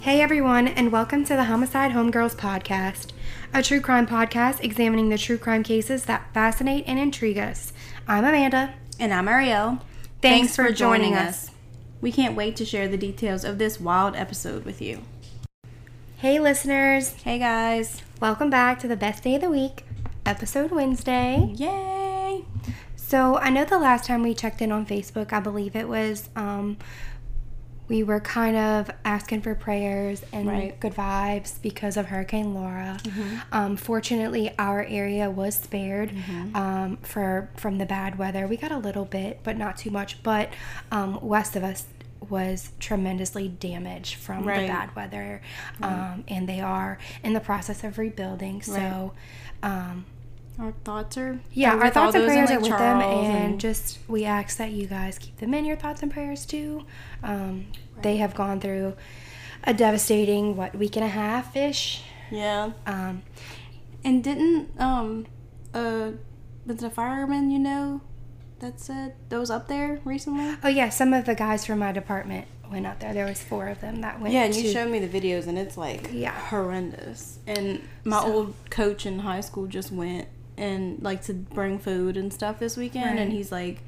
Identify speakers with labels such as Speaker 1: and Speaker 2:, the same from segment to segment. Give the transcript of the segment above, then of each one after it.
Speaker 1: Hey everyone, and welcome to the Homicide Homegirls podcast, a true crime podcast examining the true crime cases that fascinate and intrigue us. I'm Amanda.
Speaker 2: And I'm Ariel.
Speaker 1: Thanks for joining us.
Speaker 2: We can't wait to share the details of this wild episode with you.
Speaker 1: Hey listeners,
Speaker 2: Hey guys.
Speaker 1: welcome back to the best day of the week, episode Wednesday.
Speaker 2: Yay!
Speaker 1: So I know the last time we checked in on Facebook, I believe it was um, we were kind of asking for prayers and
Speaker 2: Right. Mm-hmm.
Speaker 1: good vibes because of Hurricane Laura. Um, fortunately, our area was spared
Speaker 2: Mm-hmm.
Speaker 1: um, for from the bad weather. We got a little bit, but not too much. But um, west of us was tremendously damaged from the
Speaker 2: Right.
Speaker 1: bad weather, um, and they are in the process of rebuilding. So. Um,
Speaker 2: Our thoughts are
Speaker 1: yeah, our
Speaker 2: with all
Speaker 1: thoughts and
Speaker 2: those in
Speaker 1: prayers are
Speaker 2: Lake
Speaker 1: with them,
Speaker 2: Charles
Speaker 1: and, just we ask that you guys keep them in your thoughts and prayers too. Um, They have gone through a devastating what week and a half ish.
Speaker 2: yeah.
Speaker 1: Um,
Speaker 2: Uh, And didn't um uh was it a fireman you know that said those up there recently?
Speaker 1: oh yeah, some of the guys from my department went out there. There was four of them that went.
Speaker 2: Yeah, and
Speaker 1: to-
Speaker 2: you showed me the videos and it's like
Speaker 1: Yeah.
Speaker 2: horrendous. And my old coach in high school just went and like to bring food and stuff this weekend and
Speaker 1: Right.
Speaker 2: he's like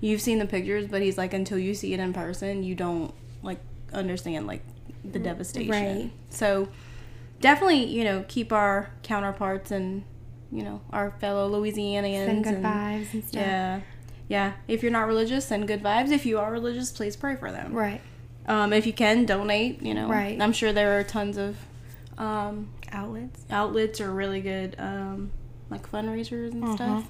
Speaker 2: you've seen the pictures but he's like until you see it in person you don't like understand like the devastation.
Speaker 1: right.
Speaker 2: So definitely, you know, keep our counterparts and you know, our fellow Louisianians
Speaker 1: send good
Speaker 2: and-
Speaker 1: vibes and stuff.
Speaker 2: Yeah. Yeah. If you're not religious, send good vibes. If you are religious, please pray for them.
Speaker 1: Right.
Speaker 2: Um, if you can donate, you know,
Speaker 1: Right.
Speaker 2: I'm sure there are tons of um,
Speaker 1: Outlets.
Speaker 2: outlets or really good um, like fundraisers and stuff.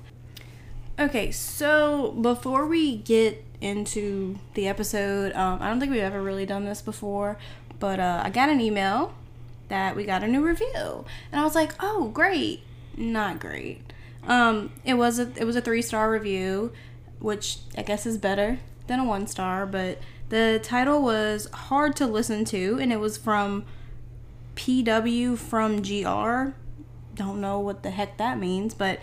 Speaker 2: Okay, so before we get into the episode, um, I don't think we've ever really done this before, but uh, I got an email that we got a new review, and I was like, oh great, not great. Um, it was a it was a three star review, which I guess is better than a one star, but the title was hard to listen to, and it was from PW from GR. Don't know what the heck that means, but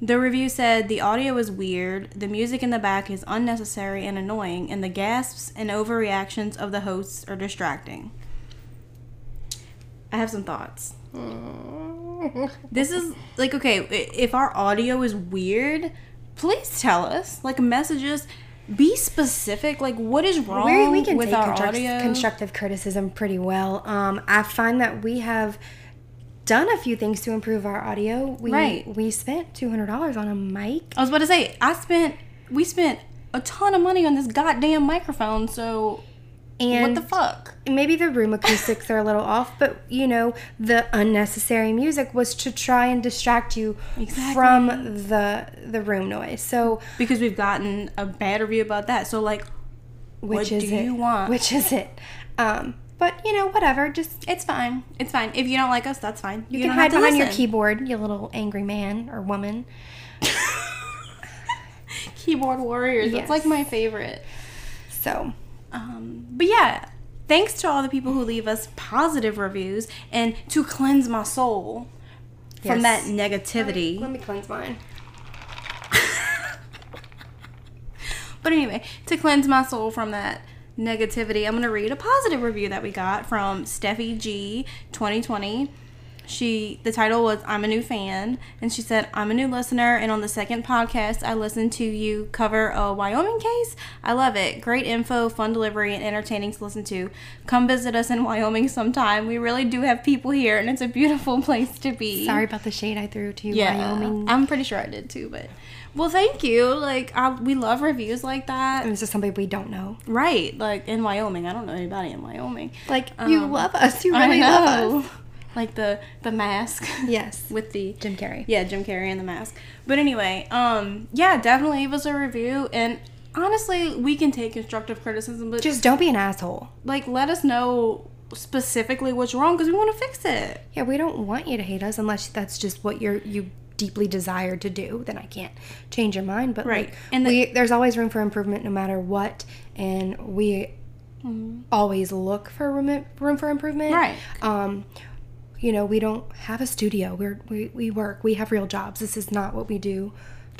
Speaker 2: the review said the audio is weird, the music in the back is unnecessary and annoying, and the gasps and overreactions of the hosts are distracting. I have some thoughts. This is like okay, i- if our audio is weird, please tell us. Like messages, be specific. Like what is
Speaker 1: we,
Speaker 2: wrong
Speaker 1: we can
Speaker 2: with
Speaker 1: take
Speaker 2: our
Speaker 1: construct-
Speaker 2: audio?
Speaker 1: constructive criticism pretty well. Um, I find that we have done a few things to improve our audio. We,
Speaker 2: Right. Uh,
Speaker 1: We spent two hundred dollars on a mic.
Speaker 2: I was about to say, I spent, we spent a ton of money on this goddamn microphone, so
Speaker 1: And
Speaker 2: what the fuck?
Speaker 1: maybe the room acoustics are a little off, but you know, the unnecessary music was to try and distract you from the the room noise. So,
Speaker 2: Because we've gotten a bad review about that, so like,
Speaker 1: which
Speaker 2: do
Speaker 1: is it?
Speaker 2: you want?
Speaker 1: Which is it? Um, but you know, whatever. Just
Speaker 2: it's fine. It's fine. If you don't like us, that's fine.
Speaker 1: you, can
Speaker 2: don't
Speaker 1: hide
Speaker 2: have to
Speaker 1: behind your
Speaker 2: listen.
Speaker 1: keyboard, you little angry man or woman.
Speaker 2: Keyboard warriors.
Speaker 1: Yes.
Speaker 2: That's like my favorite.
Speaker 1: So,
Speaker 2: Um, but yeah, thanks to all the people who leave us positive reviews and to cleanse my soul from that
Speaker 1: Yes.
Speaker 2: negativity.
Speaker 1: let me cleanse mine.
Speaker 2: But anyway, to cleanse my soul from that negativity, I'm going to read a positive review that we got from Steffi G 2020. She the title was I'm a new fan and she said I'm a new listener and on the second podcast I listened to you cover a Wyoming case. I love it. Great info, fun delivery and entertaining to listen to. Come visit us in Wyoming sometime. We really do have people here and it's a beautiful place to be.
Speaker 1: Sorry about the shade I threw to
Speaker 2: Yeah,
Speaker 1: Wyoming.
Speaker 2: I'm pretty sure I did too, but well, thank you. Like, I, we love reviews like that,
Speaker 1: This is somebody we don't know.
Speaker 2: right? Like in Wyoming, I don't know anybody in Wyoming.
Speaker 1: Like you
Speaker 2: Um,
Speaker 1: love us. You really love us.
Speaker 2: like the the mask.
Speaker 1: Yes.
Speaker 2: with the
Speaker 1: Jim Carrey.
Speaker 2: yeah Jim Carrey and the mask. But anyway, um, yeah, definitely leave us a review, and honestly, we can take constructive criticism, but
Speaker 1: Just don't be an asshole.
Speaker 2: like let us know specifically what's wrong because we want to fix it.
Speaker 1: Yeah, we don't want you to hate us unless that's just what you're you deeply desire to do. Then I can't change your mind. But
Speaker 2: Right.
Speaker 1: like,
Speaker 2: And the-
Speaker 1: we there's always room for improvement, no matter what, and we always look for room room for improvement.
Speaker 2: Mm-hmm. Right.
Speaker 1: Um, you know, we don't have a studio. We're we, we work. We have real jobs. This is not what we do.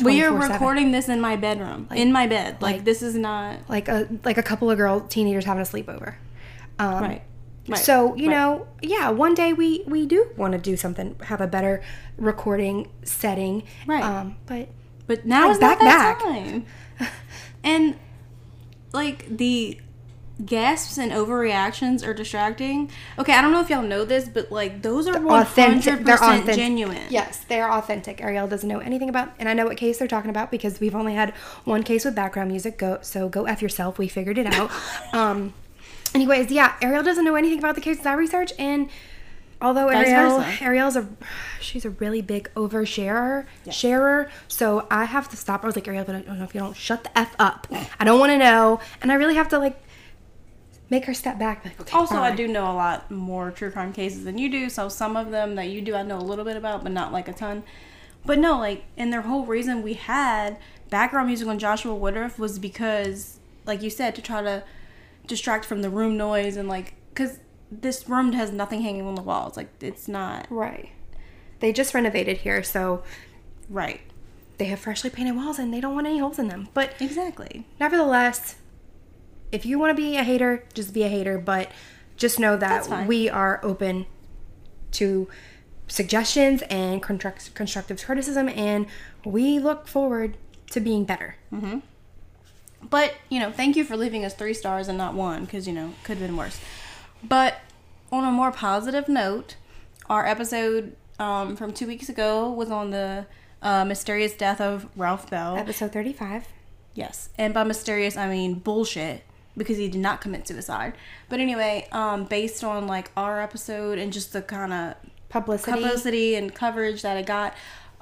Speaker 2: We are
Speaker 1: 24/7.
Speaker 2: recording this in my bedroom, in my bed. Like, this is not
Speaker 1: like a like a couple of girl teenagers having a sleepover. Um,
Speaker 2: right. Right.
Speaker 1: So you
Speaker 2: Right.
Speaker 1: know, yeah, one day we we do want to do something, have a better recording setting.
Speaker 2: Right.
Speaker 1: Um, but
Speaker 2: But now is not
Speaker 1: back,
Speaker 2: that
Speaker 1: back.
Speaker 2: time. And like the gasps and overreactions are distracting. Okay, I don't know if y'all know this, but like those are one hundred
Speaker 1: authentic, they're
Speaker 2: percent
Speaker 1: authentic,
Speaker 2: genuine.
Speaker 1: Yes, they are authentic. Ariel doesn't know anything about, and I know what case they're talking about because we've only had one case with background music. Go so go f yourself. We figured it out. um. Anyways, yeah, Ariel doesn't know anything about the cases I research, and although
Speaker 2: Vice
Speaker 1: Ariel
Speaker 2: versa.
Speaker 1: Ariel's a she's a really big oversharer sharer, so I have to stop. I was like Ariel, but I don't know if you don't shut the f up. I don't want to know, and I really have to like make her step back. Like, okay,
Speaker 2: Also, I
Speaker 1: fine.
Speaker 2: do know a lot more true crime cases than you do, so some of them that you do I know a little bit about, but not like a ton. But no, like, and their whole reason we had background music on Joshua Woodruff was because, like you said, to try to distract from the room noise and like, because this room has nothing hanging on the walls. Like, it's not
Speaker 1: right. They just renovated here, so
Speaker 2: right.
Speaker 1: they have freshly painted walls and they don't want any holes in them. But
Speaker 2: Exactly.
Speaker 1: nevertheless, if you want to be a hater, just be a hater. But just know
Speaker 2: That's
Speaker 1: that
Speaker 2: fine.
Speaker 1: we are open to suggestions and construct- constructive criticism, and we look forward to being better.
Speaker 2: Mm-hmm. But, you know, thank you for leaving us three stars and not one, because, you know, could have been worse. But on a more positive note, our episode um, from two weeks ago was on the uh, mysterious death of Ralph Bell.
Speaker 1: Episode 35.
Speaker 2: Yes. And by mysterious, I mean bullshit because he did not commit suicide. But anyway, um, based on like our episode and just the kind of
Speaker 1: Publicity.
Speaker 2: publicity and coverage that it got,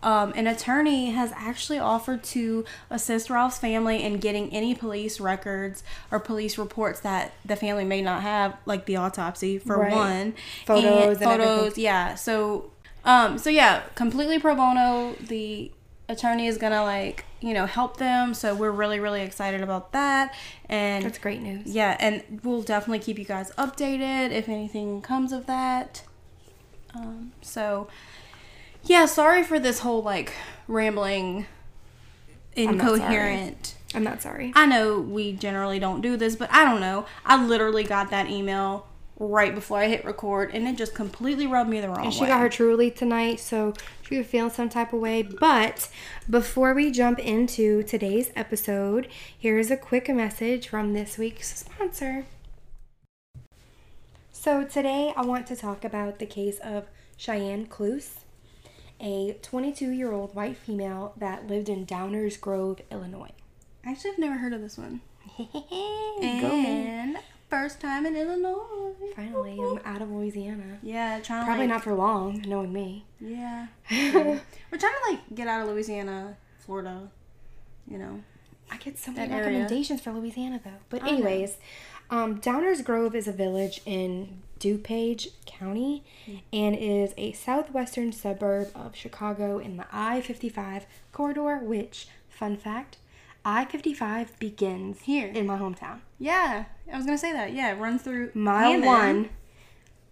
Speaker 2: um, an attorney has actually offered to assist Ralph's family in getting any police records or police reports that the family may not have, like the autopsy for
Speaker 1: Right.
Speaker 2: one,
Speaker 1: Photos and everything.
Speaker 2: yeah. So, um, so yeah, completely pro bono. The attorney is gonna like you know help them. So we're really really excited about that. And
Speaker 1: That's great news.
Speaker 2: yeah, and we'll definitely keep you guys updated if anything comes of that. Um, so, yeah, sorry for this whole like rambling,
Speaker 1: not sorry.
Speaker 2: incoherent.
Speaker 1: I'm not sorry.
Speaker 2: I know we generally don't do this, but I don't know. I literally got that email right before I hit record, and it just completely rubbed me the wrong
Speaker 1: She
Speaker 2: way.
Speaker 1: got her truly tonight, so she was feeling some type of way. But before we jump into today's episode, here is a quick message from this week's sponsor. So today I want to talk about the case of Cheyenne Cluse, a 22 year old white female that lived in Downers Grove, Illinois.
Speaker 2: Actually, I've never heard of this one.
Speaker 1: Go me.
Speaker 2: And first time in Illinois.
Speaker 1: Finally, I'm out of Louisiana.
Speaker 2: Yeah, trying to
Speaker 1: Probably
Speaker 2: like,
Speaker 1: not for long, knowing me.
Speaker 2: Yeah. We're trying to like get out of Louisiana, Florida, you know.
Speaker 1: I get so many
Speaker 2: that area.
Speaker 1: recommendations for Louisiana though. But
Speaker 2: know.
Speaker 1: anyways, um, Downers Grove is a village in DuPage County
Speaker 2: Mm.
Speaker 1: and is a southwestern suburb of Chicago in the I-55 corridor, which fun fact, I-55 begins
Speaker 2: Here.
Speaker 1: in my hometown.
Speaker 2: Yeah. I was gonna say that. Yeah, it runs through
Speaker 1: Mile
Speaker 2: Hammond.
Speaker 1: 1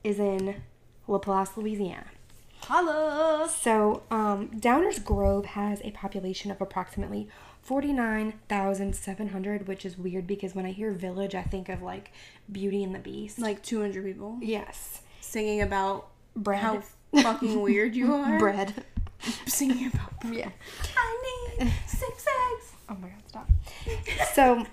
Speaker 1: is in Laplace, Louisiana.
Speaker 2: Holla.
Speaker 1: So, um, Downers Grove has a population of approximately 49,700, which is weird because when I hear village, I think of like Beauty and the Beast.
Speaker 2: Like two hundred people
Speaker 1: yes.
Speaker 2: singing about
Speaker 1: Bread.
Speaker 2: how fucking weird you are.
Speaker 1: Bread.
Speaker 2: Singing about bread.
Speaker 1: Yeah.
Speaker 2: I need six eggs.
Speaker 1: Oh my god, stop. So,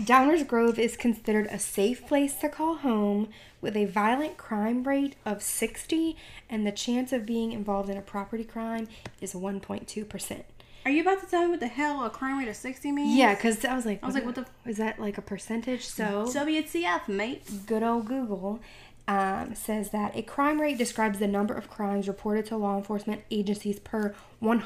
Speaker 1: Downers Grove is considered a safe place to call home with a violent crime rate of 60, and the chance of being involved in a property crime is 1.2%.
Speaker 2: Are you about to tell me what the hell a crime rate of sixty means?
Speaker 1: Yeah, because I was like, I
Speaker 2: was like, what the f-
Speaker 1: Is that like a percentage? So,
Speaker 2: WTF, mate.
Speaker 1: good old Google um, says that a crime rate describes the number of crimes reported to law enforcement agencies per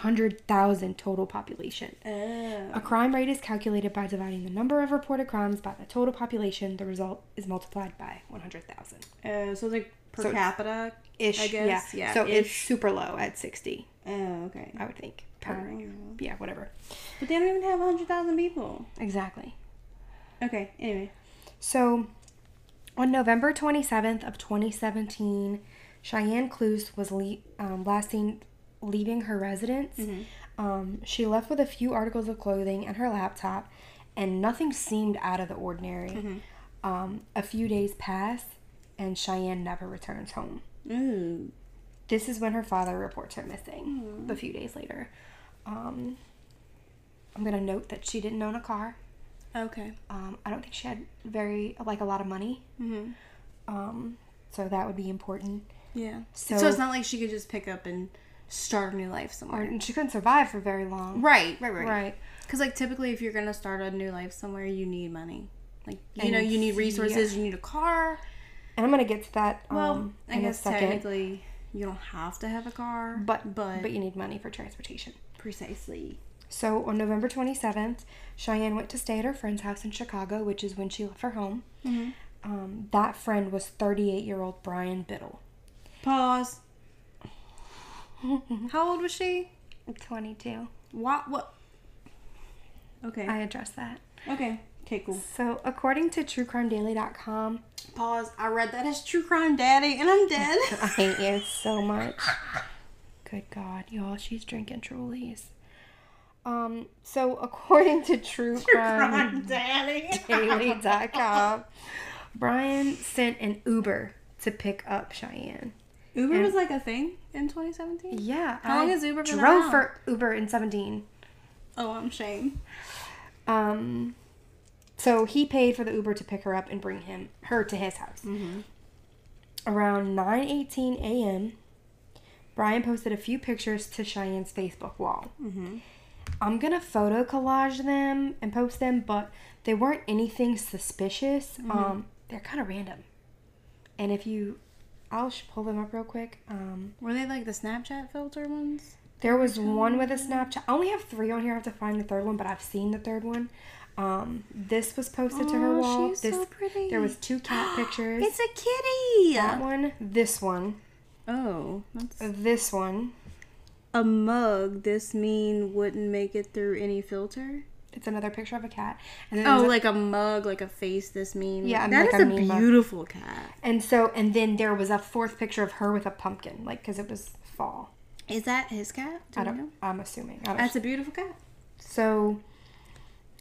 Speaker 1: 100,000 total population.
Speaker 2: Oh.
Speaker 1: A crime rate is calculated by dividing the number of reported crimes by the total population. The result is multiplied by 100,000.
Speaker 2: Uh, so it's like per
Speaker 1: So it's-
Speaker 2: capita
Speaker 1: Ish.
Speaker 2: I guess.
Speaker 1: Yeah.
Speaker 2: Yeah,
Speaker 1: so it's
Speaker 2: ish.
Speaker 1: super low at 60,
Speaker 2: Oh, okay.
Speaker 1: I would think. Mm, Per,
Speaker 2: Oh.
Speaker 1: Yeah, whatever.
Speaker 2: But they don't even have hundred thousand people.
Speaker 1: Exactly.
Speaker 2: Okay, anyway.
Speaker 1: So, on November 27th of 2017, Cheyenne Cluse was le- um, last seen leaving her residence. Um, she left with a few articles of clothing and her laptop, and nothing seemed out of the ordinary. Um, a few days passed, and Cheyenne never returns home.
Speaker 2: Ooh.
Speaker 1: This is when her father reports her missing a few days later. Um, I'm going to note that she didn't own a car.
Speaker 2: Okay.
Speaker 1: Um, I don't think she had very, like, a lot of money.
Speaker 2: Mm-hmm.
Speaker 1: Um, so that would be important.
Speaker 2: Yeah.
Speaker 1: So-
Speaker 2: So, it's not like she could just pick up and start a new life
Speaker 1: Or,
Speaker 2: somewhere.
Speaker 1: and she couldn't survive for very long.
Speaker 2: Right, right, right.
Speaker 1: Right.
Speaker 2: Because like typically, if you're gonna start a new life somewhere, you need money. Like you
Speaker 1: And
Speaker 2: know, you need
Speaker 1: yeah.
Speaker 2: resources. You need a car.
Speaker 1: And I'm going to get to that um,
Speaker 2: Well, I
Speaker 1: in
Speaker 2: guess
Speaker 1: a second.
Speaker 2: technically you don't have to have a car,
Speaker 1: But,
Speaker 2: but,
Speaker 1: but you need money for transportation.
Speaker 2: precisely.
Speaker 1: So on November 27th, Cheyenne went to stay at her friend's house in Chicago, which is when she left her home. Um, that friend was 38 year old Brian Biddle.
Speaker 2: Pause. How old was she?
Speaker 1: 22.
Speaker 2: What? What? Okay.
Speaker 1: I addressed that.
Speaker 2: okay. Okay. Cool.
Speaker 1: So according to truecrimedaily.com,
Speaker 2: Pause. I read that as true crime, daddy, and I'm dead.
Speaker 1: I hate you so much. Good God, y'all, she's drinking Trulies. Um, so according to True Crime
Speaker 2: crime, daddy.
Speaker 1: Daily.com, Brian sent an Uber to pick up Cheyenne.
Speaker 2: Uber was like a thing in 2017.
Speaker 1: Yeah.
Speaker 2: How long has Uber been
Speaker 1: drove
Speaker 2: around?
Speaker 1: for Uber in 17.
Speaker 2: Oh, I'm shame.
Speaker 1: Um, so he paid for the Uber to pick her up and bring him her to his house. Around 9:18 a.m., Brian posted a few pictures to Cheyenne's Facebook wall. I'm gonna photo collage them and post them, but they weren't anything suspicious. Um, they're kind of random, and if you, I'll sh- pull them up real quick. Um,
Speaker 2: Were they like the Snapchat filter ones?
Speaker 1: There was one with a Snapchat. I only have three on here. I have to find the third one, but I've seen the third one. Um, this was posted to her
Speaker 2: Aw,
Speaker 1: wall.
Speaker 2: she's
Speaker 1: this,
Speaker 2: so pretty.
Speaker 1: There was two cat pictures.
Speaker 2: It's a kitty.
Speaker 1: that one, this one,
Speaker 2: Oh, that's
Speaker 1: this one.
Speaker 2: a mug. This mean wouldn't make it through any filter.
Speaker 1: It's another picture of a cat. And then
Speaker 2: Oh,
Speaker 1: there's a-
Speaker 2: like a mug, like a face. This mean.
Speaker 1: Yeah,
Speaker 2: that
Speaker 1: like
Speaker 2: is
Speaker 1: a
Speaker 2: a,
Speaker 1: mean mug.
Speaker 2: beautiful cat.
Speaker 1: and so and then there was a fourth picture of her with a pumpkin, like because it was fall.
Speaker 2: Is that his cat? Do
Speaker 1: I
Speaker 2: we
Speaker 1: don't.
Speaker 2: know?
Speaker 1: I'm assuming. I don't
Speaker 2: That's a beautiful cat.
Speaker 1: So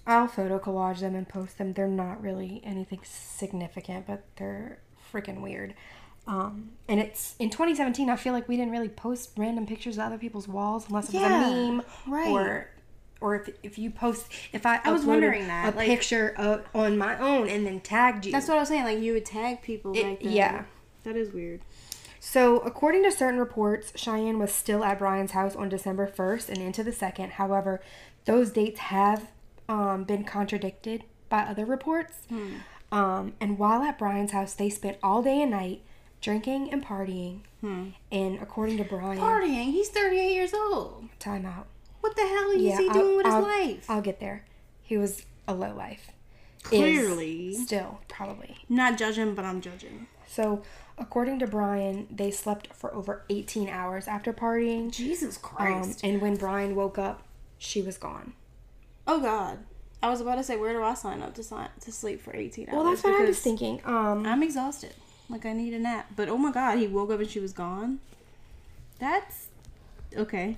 Speaker 1: I'll photo collage them and post them. They're not really anything significant, but they're freaking weird. Um, and it's in 2017. I feel like we didn't really post random pictures of other people's walls unless it was
Speaker 2: Yeah,
Speaker 1: a meme
Speaker 2: right.
Speaker 1: or or if, if you post if I,
Speaker 2: was
Speaker 1: uploaded
Speaker 2: wondering that,
Speaker 1: a
Speaker 2: like-
Speaker 1: picture of, on my own and then tagged you.
Speaker 2: That's what I was saying. Like you would tag people.
Speaker 1: It-
Speaker 2: like that.
Speaker 1: yeah.
Speaker 2: that is weird.
Speaker 1: So, according to certain reports, Cheyenne was still at Brian's house on December 1st and into the 2nd. However, those dates have um, been contradicted by other reports.
Speaker 2: Hmm.
Speaker 1: Um, and while at Brian's house, they spent all day and night drinking and partying.
Speaker 2: Hmm.
Speaker 1: And according to Brian,
Speaker 2: Partying. He's 38 years old.
Speaker 1: time out.
Speaker 2: What the hell is
Speaker 1: Yeah,
Speaker 2: he
Speaker 1: I'll-
Speaker 2: doing with
Speaker 1: I'll-
Speaker 2: his life?
Speaker 1: I'll get there. He was a low life. Is
Speaker 2: Clearly,
Speaker 1: still, probably.
Speaker 2: not judging, but I'm judging.
Speaker 1: So, according to Brian, they slept for over 18 hours after partying.
Speaker 2: Jesus
Speaker 1: Um, and when Brian woke up, she was gone.
Speaker 2: Oh God. I was about to say, where do I sign up to sign to sleep for eighteen hours?
Speaker 1: Well, that's what I was
Speaker 2: Because
Speaker 1: thinking. Um,
Speaker 2: I'm exhausted. Like I need a nap. But oh my God, he woke up and she was gone. That's okay.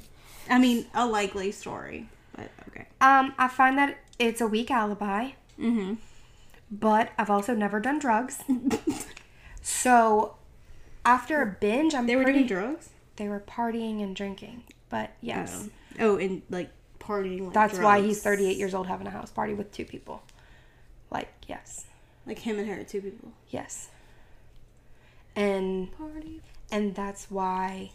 Speaker 2: I mean, a likely story, but okay.
Speaker 1: um, I find that it's a weak alibi,
Speaker 2: Mm-hmm.
Speaker 1: but I've also never done drugs. so after a binge, I'm
Speaker 2: They were
Speaker 1: pretty,
Speaker 2: doing drugs.
Speaker 1: They were partying and drinking, but yes,
Speaker 2: Oh. Oh, and like partying. Like,
Speaker 1: that's why
Speaker 2: drugs.
Speaker 1: he's 38 years old having a house party with two people. Like yes,
Speaker 2: Like him and her, two people.
Speaker 1: yes, and
Speaker 2: Party.
Speaker 1: and that's why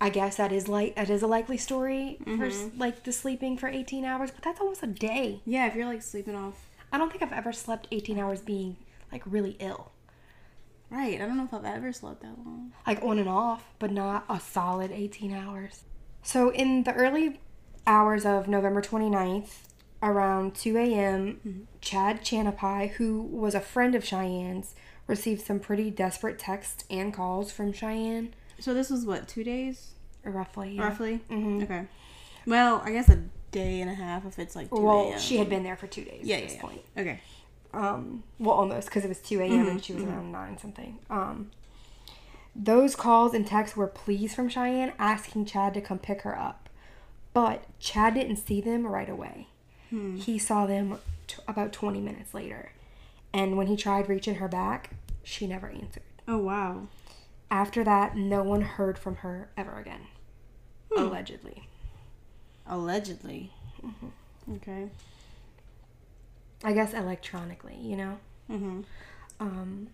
Speaker 1: I guess that is like that is a likely story for s-
Speaker 2: Mm-hmm.
Speaker 1: like the sleeping for 18 hours, but that's almost a day.
Speaker 2: Yeah, if you're like sleeping off.
Speaker 1: I don't think I've ever slept 18 hours being like really ill,
Speaker 2: Right. I don't know if I've ever slept that long.
Speaker 1: like on and off, but not a solid 18 hours. So, in the early hours of November 29th, around 2 a.m.,
Speaker 2: Mm-hmm.
Speaker 1: Chad Chanapai, who was a friend of Cheyenne's, received some pretty desperate texts and calls from Cheyenne,
Speaker 2: So this was what two days
Speaker 1: roughly. yeah. Mm-hmm.
Speaker 2: roughly. Okay. Well, I guess a day and a half if it's like two
Speaker 1: Well,
Speaker 2: a.m.
Speaker 1: she had been there for two days
Speaker 2: yeah,
Speaker 1: at
Speaker 2: yeah,
Speaker 1: this
Speaker 2: yeah.
Speaker 1: point.
Speaker 2: Okay.
Speaker 1: um well almost because it was 2 a.m and she was around 9 something um those calls and texts were pleas from cheyenne asking chad to come pick her up but chad didn't see them right away he saw them t- about 20 minutes later and when he tried reaching her back she never answered
Speaker 2: Oh wow.
Speaker 1: After that, no one heard from her ever again. Allegedly.
Speaker 2: Allegedly. Okay.
Speaker 1: I guess electronically, you know?
Speaker 2: Mhm.
Speaker 1: Um,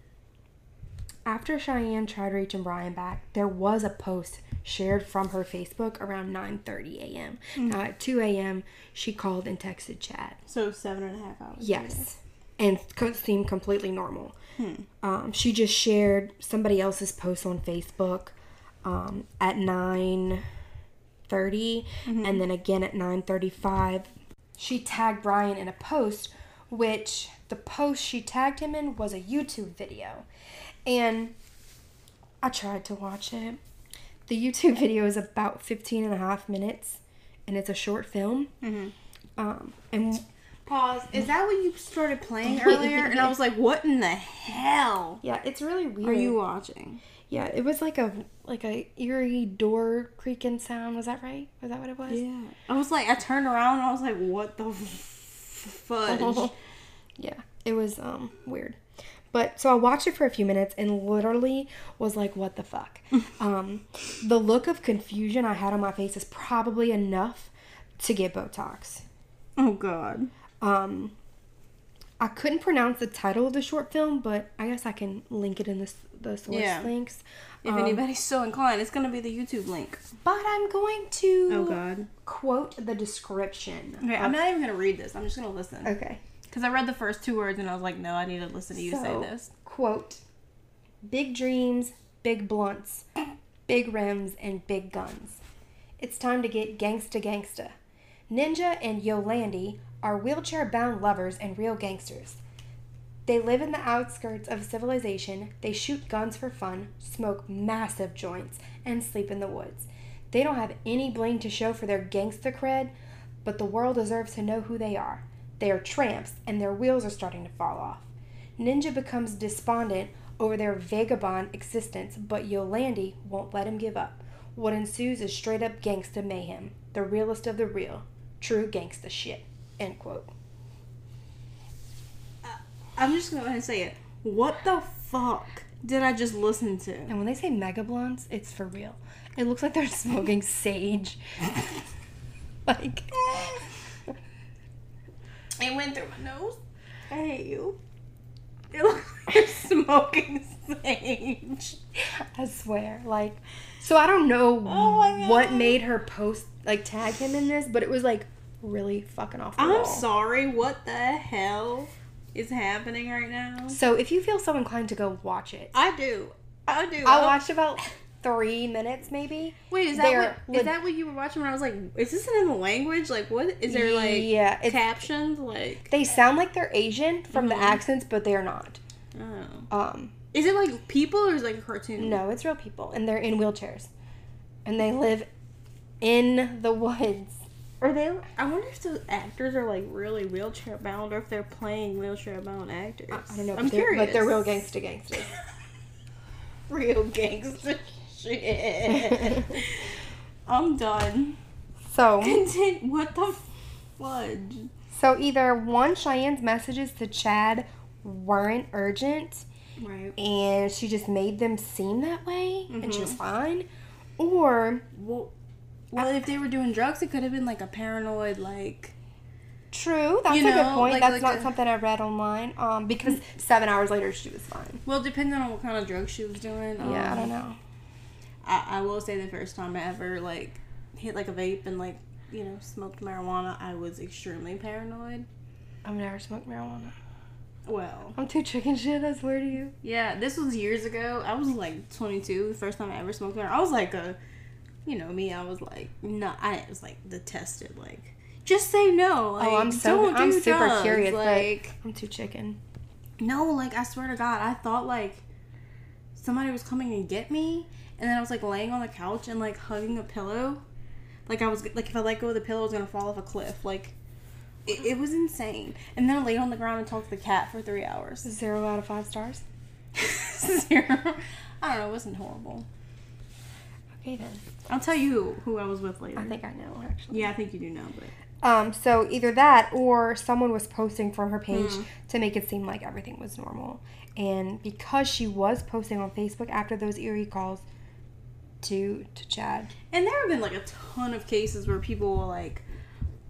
Speaker 1: after Cheyenne tried reaching Brian back, there was a post shared from her Facebook around 9.30 a.m. Now, at 2 a.m., she called and texted Chad.
Speaker 2: So seven and a half hours.
Speaker 1: Yes. And co- seemed completely normal. Um, she just shared somebody else's post on Facebook um, at 9.30 and then again at 9.35. She tagged Brian in a post, which the post she tagged him in was a YouTube video. And I tried to watch it. The YouTube video is about 15 and a half minutes and it's a short film. Um, and
Speaker 2: Pause. Is that what you started playing earlier? and I was like, what in the hell
Speaker 1: yeah, it's really weird.
Speaker 2: are you watching?
Speaker 1: Yeah, it was like a like a eerie door creaking sound. Was that right? Was that what it was?
Speaker 2: Yeah. I was like, I turned around and I was like, what the f- fudge?
Speaker 1: Yeah, it was um weird. But so I watched it for a few minutes and literally was like, "What the fuck?" um, the look of confusion I had on my face is probably enough to get Botox.
Speaker 2: oh god.
Speaker 1: Um, I couldn't pronounce the title of the short film, but I guess I can link it in the s- the source
Speaker 2: Yeah.
Speaker 1: links.
Speaker 2: If
Speaker 1: Um,
Speaker 2: anybody's so inclined, it's gonna be the YouTube link.
Speaker 1: but I'm going to
Speaker 2: Oh god.
Speaker 1: quote the description.
Speaker 2: Okay, I'm not even gonna read this. I'm just gonna listen.
Speaker 1: Okay.
Speaker 2: Because I read the first two words and I was like, no, I need to listen to you say
Speaker 1: So,
Speaker 2: this.
Speaker 1: Quote Big dreams, big blunts, big rims, and big guns. It's time to get gangsta gangsta. Ninja and Yolandi are wheelchair bound lovers and real gangsters. They live in the outskirts of civilization, they shoot guns for fun, smoke massive joints, and sleep in the woods. They don't have any bling to show for their gangster cred, but the world deserves to know who they are. They are tramps, and their wheels are starting to fall off. Ninja becomes despondent over their vagabond existence, but Yolandi won't let him give up. What ensues is straight up gangsta mayhem, the realest of the real, true gangsta shit. End quote.
Speaker 2: I'm just gonna go ahead and say it. What the fuck did I just listen to?
Speaker 1: And when they say mega blunts, it's for real. It looks like they're smoking sage. like,
Speaker 2: It went through my nose. I hate you. It looks like you're smoking sage.
Speaker 1: I swear. Like, so I don't know
Speaker 2: Oh my
Speaker 1: what
Speaker 2: God.
Speaker 1: made her post, like, tag him in this, but it was like really fucking off the
Speaker 2: I'm
Speaker 1: wall.
Speaker 2: sorry. What the hell is happening right now?
Speaker 1: so if you feel so inclined to go watch it,
Speaker 2: I do. I do. Oh,
Speaker 1: I watched about three minutes, maybe.
Speaker 2: Wait, is
Speaker 1: They're
Speaker 2: that what,
Speaker 1: leg-
Speaker 2: is that what you were watching when I was like, is this in the language? Like, what is there like
Speaker 1: yeah, it's,
Speaker 2: captions? Like,
Speaker 1: they sound like they're Asian from
Speaker 2: Mhm.
Speaker 1: the accents, but they are not.
Speaker 2: oh.
Speaker 1: Um,
Speaker 2: is it like people or is it like a cartoon?
Speaker 1: no, it's real people, and they're in wheelchairs, and they live in the woods.
Speaker 2: Are they? I wonder if those actors are like really wheelchair bound or if they're playing wheelchair bound actors.
Speaker 1: I, I don't know,
Speaker 2: I'm
Speaker 1: but they're,
Speaker 2: curious.
Speaker 1: but they're real gangsta gangsters.
Speaker 2: real gangster shit. I'm done.
Speaker 1: So,
Speaker 2: Content. What the fudge?
Speaker 1: so either one, Cheyenne's messages to Chad weren't urgent,
Speaker 2: Right.
Speaker 1: and she just made them seem that way, and she was
Speaker 2: Mm-hmm.
Speaker 1: fine, or
Speaker 2: Well, well, if they were doing drugs, it could have been like a paranoid, like.
Speaker 1: True, that's
Speaker 2: You
Speaker 1: a good
Speaker 2: know,
Speaker 1: point.
Speaker 2: like-
Speaker 1: that's
Speaker 2: like
Speaker 1: not
Speaker 2: a-
Speaker 1: something I read online. Um, because seven hours later she was fine.
Speaker 2: Well, depending on what kind of drugs she was doing.
Speaker 1: yeah, I
Speaker 2: um,
Speaker 1: don't know.
Speaker 2: I, I will say the first time I ever like hit like a vape and like you know smoked marijuana, I was extremely paranoid.
Speaker 1: I've never smoked marijuana.
Speaker 2: Well,
Speaker 1: I'm too chicken shit. I swear to you.
Speaker 2: yeah, this was years ago. I was like 22, the first time I ever smoked marijuana. I was like a, you know me, I was like not. I was like detested. Like just say no. Like,
Speaker 1: Oh, I'm so-
Speaker 2: don't do
Speaker 1: I'm super
Speaker 2: drugs,
Speaker 1: curious, but-
Speaker 2: Like
Speaker 1: I'm too chicken.
Speaker 2: no, like I swear to God, I thought like somebody was coming to get me, and then I was like laying on the couch and like hugging a pillow, like I was like if I let go of the pillow, I was gonna fall off a cliff. Like it, it was insane. And then I laid on the ground and talked to the cat for three hours.
Speaker 1: Zero out of five stars.
Speaker 2: Zero. I don't know. It wasn't horrible.
Speaker 1: Okay then.
Speaker 2: I'll tell you who, who I was with later.
Speaker 1: I think I know actually.
Speaker 2: yeah, I think you do know, but
Speaker 1: Um, so either that or someone was posting from her page to make it seem like everything was normal. And because she was posting on Facebook after those eerie calls to to Chad,
Speaker 2: And there have been like a ton of cases where people will like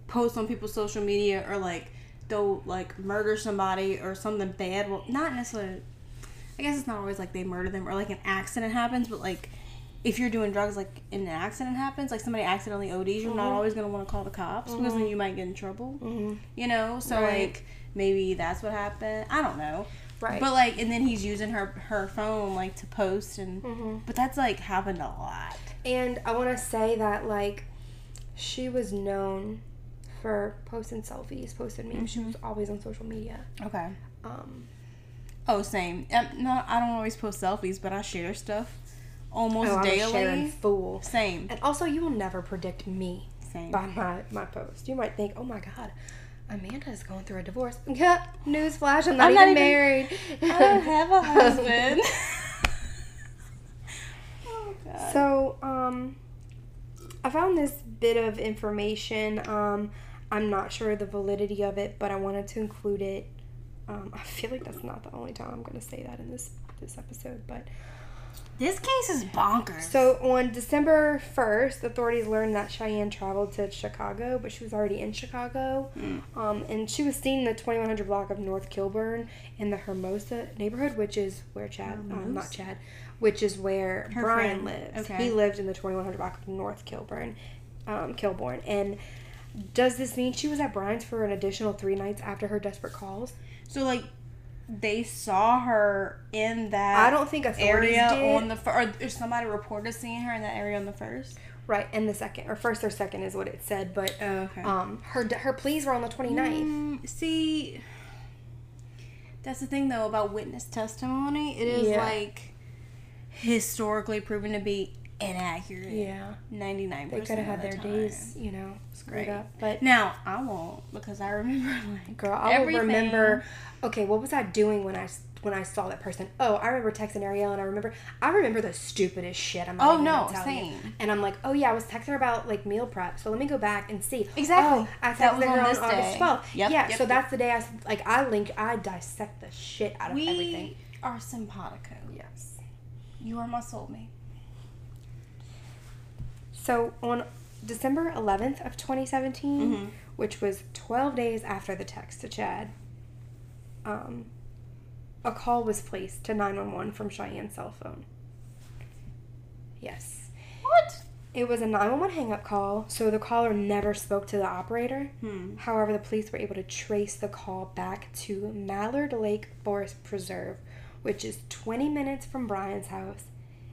Speaker 2: post on people's social media or like they'll like murder somebody or something bad. Well, not necessarily. I guess it's not always like they murder them or like an accident happens, but like if you're doing drugs, like and an accident happens, like somebody accidentally ODs, you're not
Speaker 1: Mm-hmm.
Speaker 2: always gonna want to call the cops because then you might get in trouble. You know, so
Speaker 1: Right.
Speaker 2: like maybe that's what happened. I don't know.
Speaker 1: Right.
Speaker 2: But like, and then he's using her her phone like to post and,
Speaker 1: Mm-hmm.
Speaker 2: but that's like happened a lot.
Speaker 1: and I want to say that like she was known for posting selfies, posting memes. She was always on social media.
Speaker 2: Okay.
Speaker 1: Um,
Speaker 2: Oh, same. Um, no, I don't always post selfies, but I share stuff almost
Speaker 1: oh, I'm a Sharon
Speaker 2: daily.
Speaker 1: fool.
Speaker 2: Same.
Speaker 1: And also, you will never predict me
Speaker 2: Same.
Speaker 1: by my, my post. You might think, oh my God, Amanda is going through a divorce. Yeah, newsflash, I'm not,
Speaker 2: I'm
Speaker 1: even,
Speaker 2: not even-
Speaker 1: married.
Speaker 2: I don't have a husband. oh God.
Speaker 1: so, um, I found this bit of information. Um, I'm not sure the validity of it, but I wanted to include it. Um, I feel like that's not the only time I'm going to say that in this this episode, but
Speaker 2: This case is bonkers.
Speaker 1: So on December 1st, authorities learned that Cheyenne traveled to Chicago, but she was already in Chicago.
Speaker 2: Hmm.
Speaker 1: Um, and she was seen in the 2100 block of North Kilburn in the Hermosa neighborhood, which is where Chad, um, not Chad, which is where
Speaker 2: Her
Speaker 1: Brian
Speaker 2: friend.
Speaker 1: lives.
Speaker 2: Okay.
Speaker 1: He lived in the 2100 block of North Kilburn, um, Kilburn. And does this mean she was at Brian's for an additional three nights after her desperate calls?
Speaker 2: so like, they saw her in that.
Speaker 1: I don't think authorities
Speaker 2: area
Speaker 1: did.
Speaker 2: on the first. Or, or somebody reported seeing her in that area on the first.
Speaker 1: Right, and the second, or first or second is what it said, but
Speaker 2: Okay.
Speaker 1: um, her her pleas were on the 29th.
Speaker 2: Mm, see, that's the thing though about witness testimony. It is
Speaker 1: Yeah.
Speaker 2: like historically proven to be inaccurate.
Speaker 1: Yeah,
Speaker 2: ninety nine
Speaker 1: they
Speaker 2: percent.
Speaker 1: could have had
Speaker 2: of the
Speaker 1: their
Speaker 2: time.
Speaker 1: days, you know, screwed
Speaker 2: Right.
Speaker 1: up. But
Speaker 2: Now I won't because I remember like
Speaker 1: girl, I will remember. Okay, what was I doing when I when I saw that person? Oh, I remember texting Ariel, and I remember I remember the stupidest shit. I'm not
Speaker 2: Oh,
Speaker 1: even gonna
Speaker 2: no,
Speaker 1: tell you.
Speaker 2: same.
Speaker 1: And I'm like, oh yeah, I was texting her about like meal prep. So let me go back and see.
Speaker 2: Exactly.
Speaker 1: Oh, I texted
Speaker 2: That was
Speaker 1: her
Speaker 2: on
Speaker 1: on,
Speaker 2: this
Speaker 1: August
Speaker 2: day.
Speaker 1: 12th.
Speaker 2: Yep,
Speaker 1: yeah,
Speaker 2: yep,
Speaker 1: so
Speaker 2: yep.
Speaker 1: that's the day I s- like I link I dissect the shit out of
Speaker 2: We
Speaker 1: everything.
Speaker 2: are simpatico.
Speaker 1: Yes.
Speaker 2: You are my soulmate.
Speaker 1: So on December 11th of 2017,
Speaker 2: Mm-hmm.
Speaker 1: which was 12 days after the text to Chad, um, a call was placed to 911 from Cheyenne's cell phone. Yes.
Speaker 2: What?
Speaker 1: It was a 911 hang up call, so the caller never spoke to the operator.
Speaker 2: Hmm.
Speaker 1: However, the police were able to trace the call back to Mallard Lake Forest Preserve, which is 20 minutes from Brian's house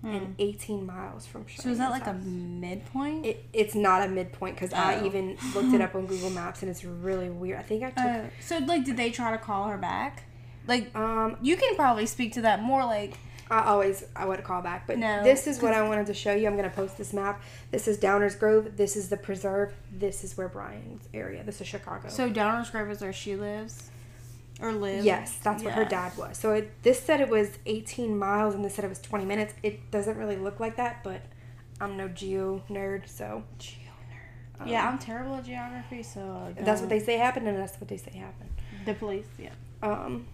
Speaker 1: and 18 miles from Cheyenne's
Speaker 2: Hmm. So is that like a
Speaker 1: house.
Speaker 2: midpoint?
Speaker 1: It, it's not a midpoint because I
Speaker 2: Oh.
Speaker 1: even looked it up on Google Maps and it's really weird. I think I took.
Speaker 2: Oh, so like, did they try to call her back? Like,
Speaker 1: um,
Speaker 2: you can probably speak to that more. Like,
Speaker 1: I always I would call back, but
Speaker 2: No,
Speaker 1: this is what I wanted to show you. I'm gonna post this map. This is Downers Grove. This is the preserve. This is where Brian's area. This is Chicago.
Speaker 2: so Downers Grove is where she lives, or lives.
Speaker 1: yes, that's where her
Speaker 2: Yeah.
Speaker 1: dad was. So it, this said it was 18 miles and this said it was 20 minutes. It doesn't really look like that, but I'm no geo nerd, so um,
Speaker 2: Geonerd. yeah, I'm terrible at geography, so I
Speaker 1: that's what
Speaker 2: don't-
Speaker 1: they say happened, and that's what they say happened.
Speaker 2: The police, yeah.
Speaker 1: Um,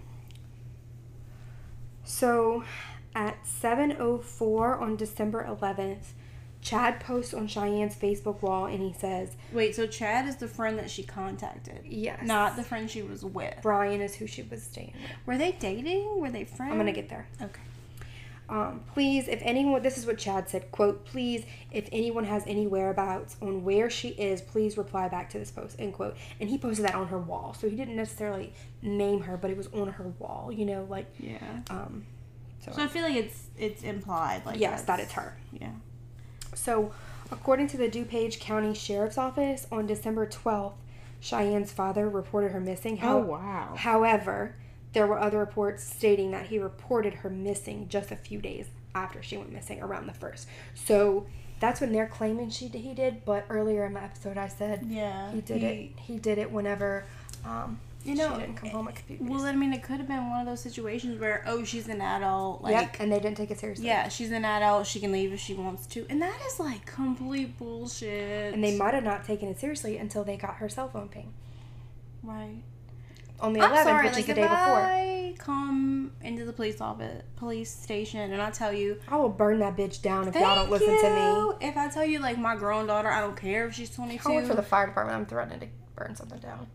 Speaker 1: so at 7.04 on December 11th, Chad posts on Cheyenne's Facebook wall and he says,
Speaker 2: Wait, so Chad is the friend that she contacted,
Speaker 1: yes,
Speaker 2: not the friend she was with.
Speaker 1: Brian is who she was dating. with."
Speaker 2: Were they dating? Were they friends?
Speaker 1: I'm going to get there.
Speaker 2: okay.
Speaker 1: Um, please, if anyone, this is what Chad said, quote, please, if anyone has any whereabouts on where she is, please reply back to this post, end quote. And he posted that on her wall. So he didn't necessarily name her, but it was on her wall, you know, like,
Speaker 2: Yeah.
Speaker 1: um, so,
Speaker 2: So I feel like it's it's implied, like
Speaker 1: yes, that
Speaker 2: that's-
Speaker 1: it's her.
Speaker 2: Yeah.
Speaker 1: So, according to the DuPage County Sheriff's Office, on December 12th, Cheyenne's father reported her missing. How-
Speaker 2: Oh, wow.
Speaker 1: However, there were other reports stating that he reported her missing just a few days after she went missing, around the first. So, that's when they're claiming she he did. But earlier in my episode, I said
Speaker 2: Yeah.
Speaker 1: he did it. He did it whenever. Um,
Speaker 2: You know,
Speaker 1: she didn't come home with computers.
Speaker 2: Well, I mean, it could have been one of those situations where, oh, she's an adult. Like,
Speaker 1: yep, and they didn't take it seriously.
Speaker 2: yeah, she's an adult. She can leave if she wants to. And that is like complete bullshit.
Speaker 1: And they might have not taken it seriously until they got her cell phone ping
Speaker 2: right.
Speaker 1: on the
Speaker 2: I'm
Speaker 1: 11th,
Speaker 2: sorry,
Speaker 1: which
Speaker 2: like
Speaker 1: is the
Speaker 2: if
Speaker 1: day before.
Speaker 2: I come into the police office, police station, and I tell you,
Speaker 1: I will burn that bitch down if
Speaker 2: Thank
Speaker 1: y'all don't listen
Speaker 2: you.
Speaker 1: to me.
Speaker 2: If I tell you, like, my grown daughter, I don't care if she's 22.
Speaker 1: I work for the fire department. I'm threatening to burn something down.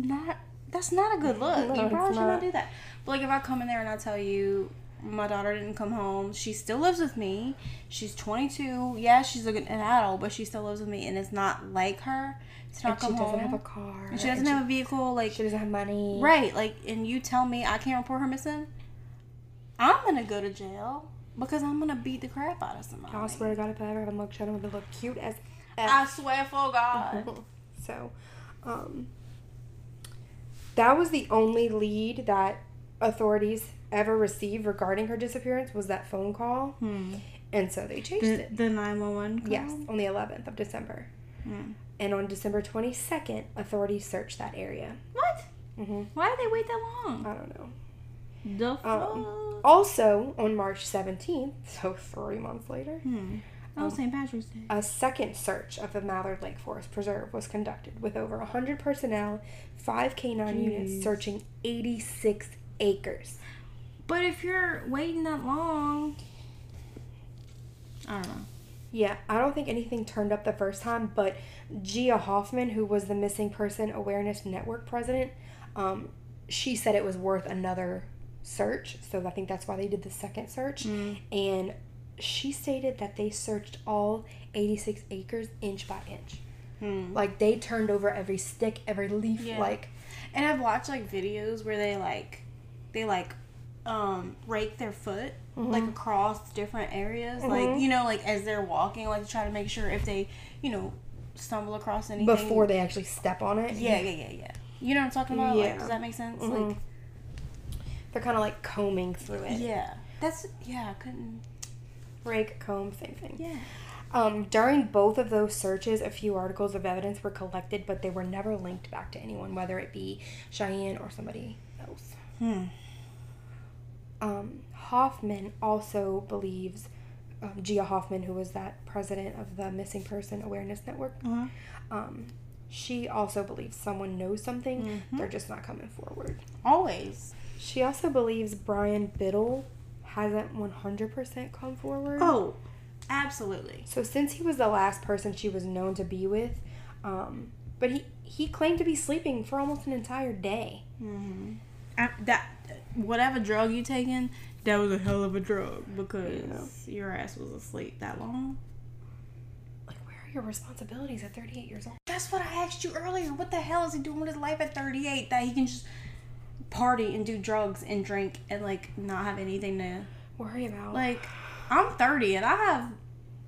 Speaker 2: not that's not a good look.
Speaker 1: No,
Speaker 2: you
Speaker 1: it's
Speaker 2: probably should
Speaker 1: not.
Speaker 2: not do that. But like if I come in there and I tell you my daughter didn't come home, she still lives with me. She's 22. Yeah, she's a good- an adult, but she still lives with me, and it's not like her to not
Speaker 1: And she
Speaker 2: come home.
Speaker 1: doesn't have a car.
Speaker 2: and she doesn't have a vehicle. Like
Speaker 1: She doesn't have money.
Speaker 2: right, like and you tell me I can't report her missing. I'm gonna go to jail because I'm gonna beat the crap out of somebody.
Speaker 1: I swear to God, if I ever have a mugshot, I'm gonna look cute as
Speaker 2: I
Speaker 1: F.
Speaker 2: swear for God.
Speaker 1: So, um, that was the only lead that authorities ever received regarding her disappearance was that phone call,
Speaker 2: Hmm.
Speaker 1: and so they changed
Speaker 2: The
Speaker 1: it.
Speaker 2: the 911. call?
Speaker 1: Yes, on the 11th of December,
Speaker 2: Hmm.
Speaker 1: and on December 22nd, authorities searched that area.
Speaker 2: What?
Speaker 1: hmm
Speaker 2: Why did they wait that long?
Speaker 1: I don't know.
Speaker 2: The
Speaker 1: Um,
Speaker 2: fuck?
Speaker 1: Also, on March 17th, so three months later,
Speaker 2: Hmm. Oh, St. Patrick's Day.
Speaker 1: A second search of the Mallard Lake Forest Preserve was conducted with over 100 personnel, 5 canine
Speaker 2: Jeez.
Speaker 1: units searching 86 acres.
Speaker 2: But if you're waiting that long, I don't know.
Speaker 1: Yeah, I don't think anything turned up the first time, but Gia Hoffman, who was the Missing Person Awareness Network president, um, she said it was worth another search. So I think that's why they did the second search.
Speaker 2: Mm.
Speaker 1: And she stated that they searched all 86 acres inch by inch.
Speaker 2: Hmm.
Speaker 1: Like they turned over every stick, every leaf,
Speaker 2: Yeah.
Speaker 1: like
Speaker 2: And I've watched like videos where they like, they like, um, rake their foot like
Speaker 1: Mm-hmm.
Speaker 2: across different areas, like
Speaker 1: Mhm.
Speaker 2: you know, like as they're walking, like to try to make sure if they, you know, stumble across anything
Speaker 1: before they actually step on it.
Speaker 2: Yeah, yeah, yeah, yeah. You know what I'm talking about? Like,
Speaker 1: Yeah.
Speaker 2: does that make sense?
Speaker 1: Mhm.
Speaker 2: Like,
Speaker 1: They're kind of like combing through it.
Speaker 2: yeah. That's yeah. I couldn't.
Speaker 1: Rake, comb, same thing.
Speaker 2: Yeah.
Speaker 1: Um, during both of those searches, a few articles of evidence were collected, but they were never linked back to anyone, whether it be Cheyenne or somebody else.
Speaker 2: Hmm.
Speaker 1: Um, Hoffman also believes, um, Gia Hoffman, who was that president of the Missing Person Awareness Network,
Speaker 2: Uh-huh.
Speaker 1: um, she also believes someone knows something, they're just not coming forward.
Speaker 2: Always.
Speaker 1: She also believes Brian Biddle hasn't 100% come forward.
Speaker 2: Oh, absolutely.
Speaker 1: So since he was the last person she was known to be with, um, but he he claimed to be sleeping for almost an entire day.
Speaker 2: Mm-hmm. I, that whatever drug you taking, that was a hell of a drug because your ass was asleep that long.
Speaker 1: Like, where are your responsibilities at 38 years old?
Speaker 2: That's what I asked you earlier. What the hell is he doing with his life at 38 that he can just party and do drugs and drink and like not have anything to
Speaker 1: Worry about
Speaker 2: like? I'm 30 and I have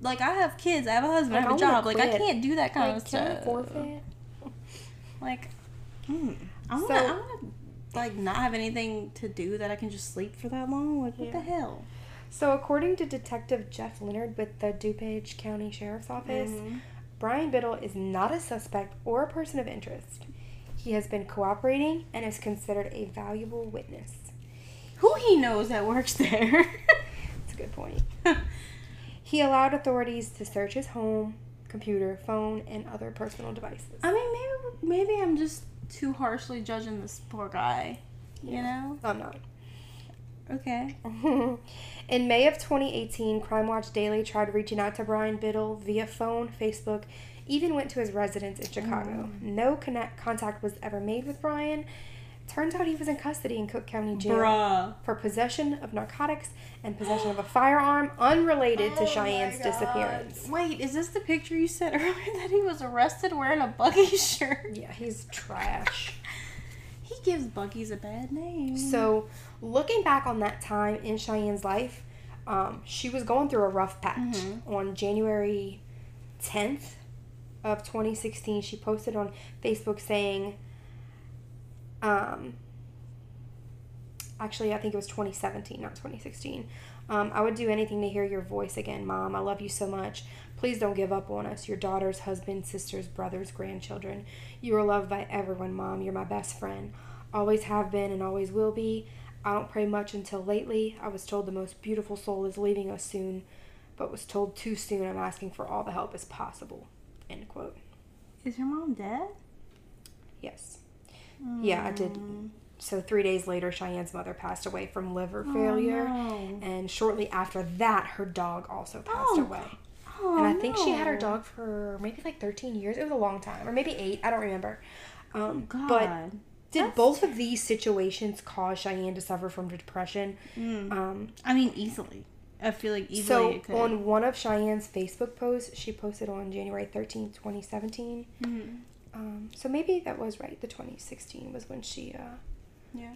Speaker 2: like I have kids, I have a husband, I
Speaker 1: Like,
Speaker 2: have a
Speaker 1: I wanna
Speaker 2: job. Like I
Speaker 1: quit.
Speaker 2: can't do that kind
Speaker 1: Like,
Speaker 2: of
Speaker 1: can
Speaker 2: stuff.
Speaker 1: I forfeit?
Speaker 2: Like, mm, I want to.
Speaker 1: So-
Speaker 2: I want to. Like not have anything to do that I can just sleep for that long. Like what the
Speaker 1: Yeah.
Speaker 2: hell?
Speaker 1: So according to Detective Jeff Leonard with the DuPage County Sheriff's Office,
Speaker 2: Mm-hmm.
Speaker 1: Brian Biddle is not a suspect or a person of interest. He has been cooperating and is considered a valuable witness.
Speaker 2: Who he knows that works there?
Speaker 1: That's a good point. He allowed authorities to search his home, computer, phone, and other personal devices.
Speaker 2: I mean, maybe maybe I'm just too harshly judging this poor guy. You know?
Speaker 1: I'm not.
Speaker 2: Okay.
Speaker 1: In May of 2018, Crime Watch Daily tried reaching out to Brian Biddle via phone, Facebook, even went to his residence in Chicago. No connect- contact was ever made with Brian. Turns out he was in custody in Cook County Jail
Speaker 2: Bruh.
Speaker 1: for possession of narcotics and possession of a firearm unrelated
Speaker 2: Oh
Speaker 1: to Cheyenne's disappearance.
Speaker 2: Wait, is this the picture you said earlier that he was arrested wearing a Buggy shirt?
Speaker 1: Yeah, he's trash.
Speaker 2: He gives Buggies a bad name.
Speaker 1: So, looking back on that time in Cheyenne's life, um, she was going through a rough patch. On January 10th of 2016, she posted on Facebook saying, um, actually, I think it was 2017, not 2016. Um, I would do anything to hear your voice again, Mom. I love you so much. Please don't give up on us. Your daughters, husbands, sisters, brothers, grandchildren. You are loved by everyone, Mom. You're my best friend. Always have been and always will be. I don't pray much until lately. I was told the most beautiful soul is leaving us soon, but was told too soon I'm asking for all the help as possible. End quote.
Speaker 2: Is your mom dead?
Speaker 1: Yes. Yeah, I did. So three days later, Cheyenne's mother passed away from liver failure,
Speaker 2: Oh, no.
Speaker 1: and shortly after that, her dog also passed
Speaker 2: Oh,
Speaker 1: away.
Speaker 2: Oh,
Speaker 1: and I think she had her
Speaker 2: no.
Speaker 1: dog for maybe like 13 years. It was a long time, or maybe eight. I don't remember. Um,
Speaker 2: Oh, God.
Speaker 1: But did
Speaker 2: That's-
Speaker 1: both of these situations cause Cheyenne to suffer from depression? Um,
Speaker 2: Mm. I mean, easily. I feel like easily
Speaker 1: so
Speaker 2: it could.
Speaker 1: on one of Cheyenne's Facebook posts, she posted on January 13th, 2017.
Speaker 2: Mhm.
Speaker 1: Um, so maybe that was right. The 2016 was when she, uh,
Speaker 2: Yeah.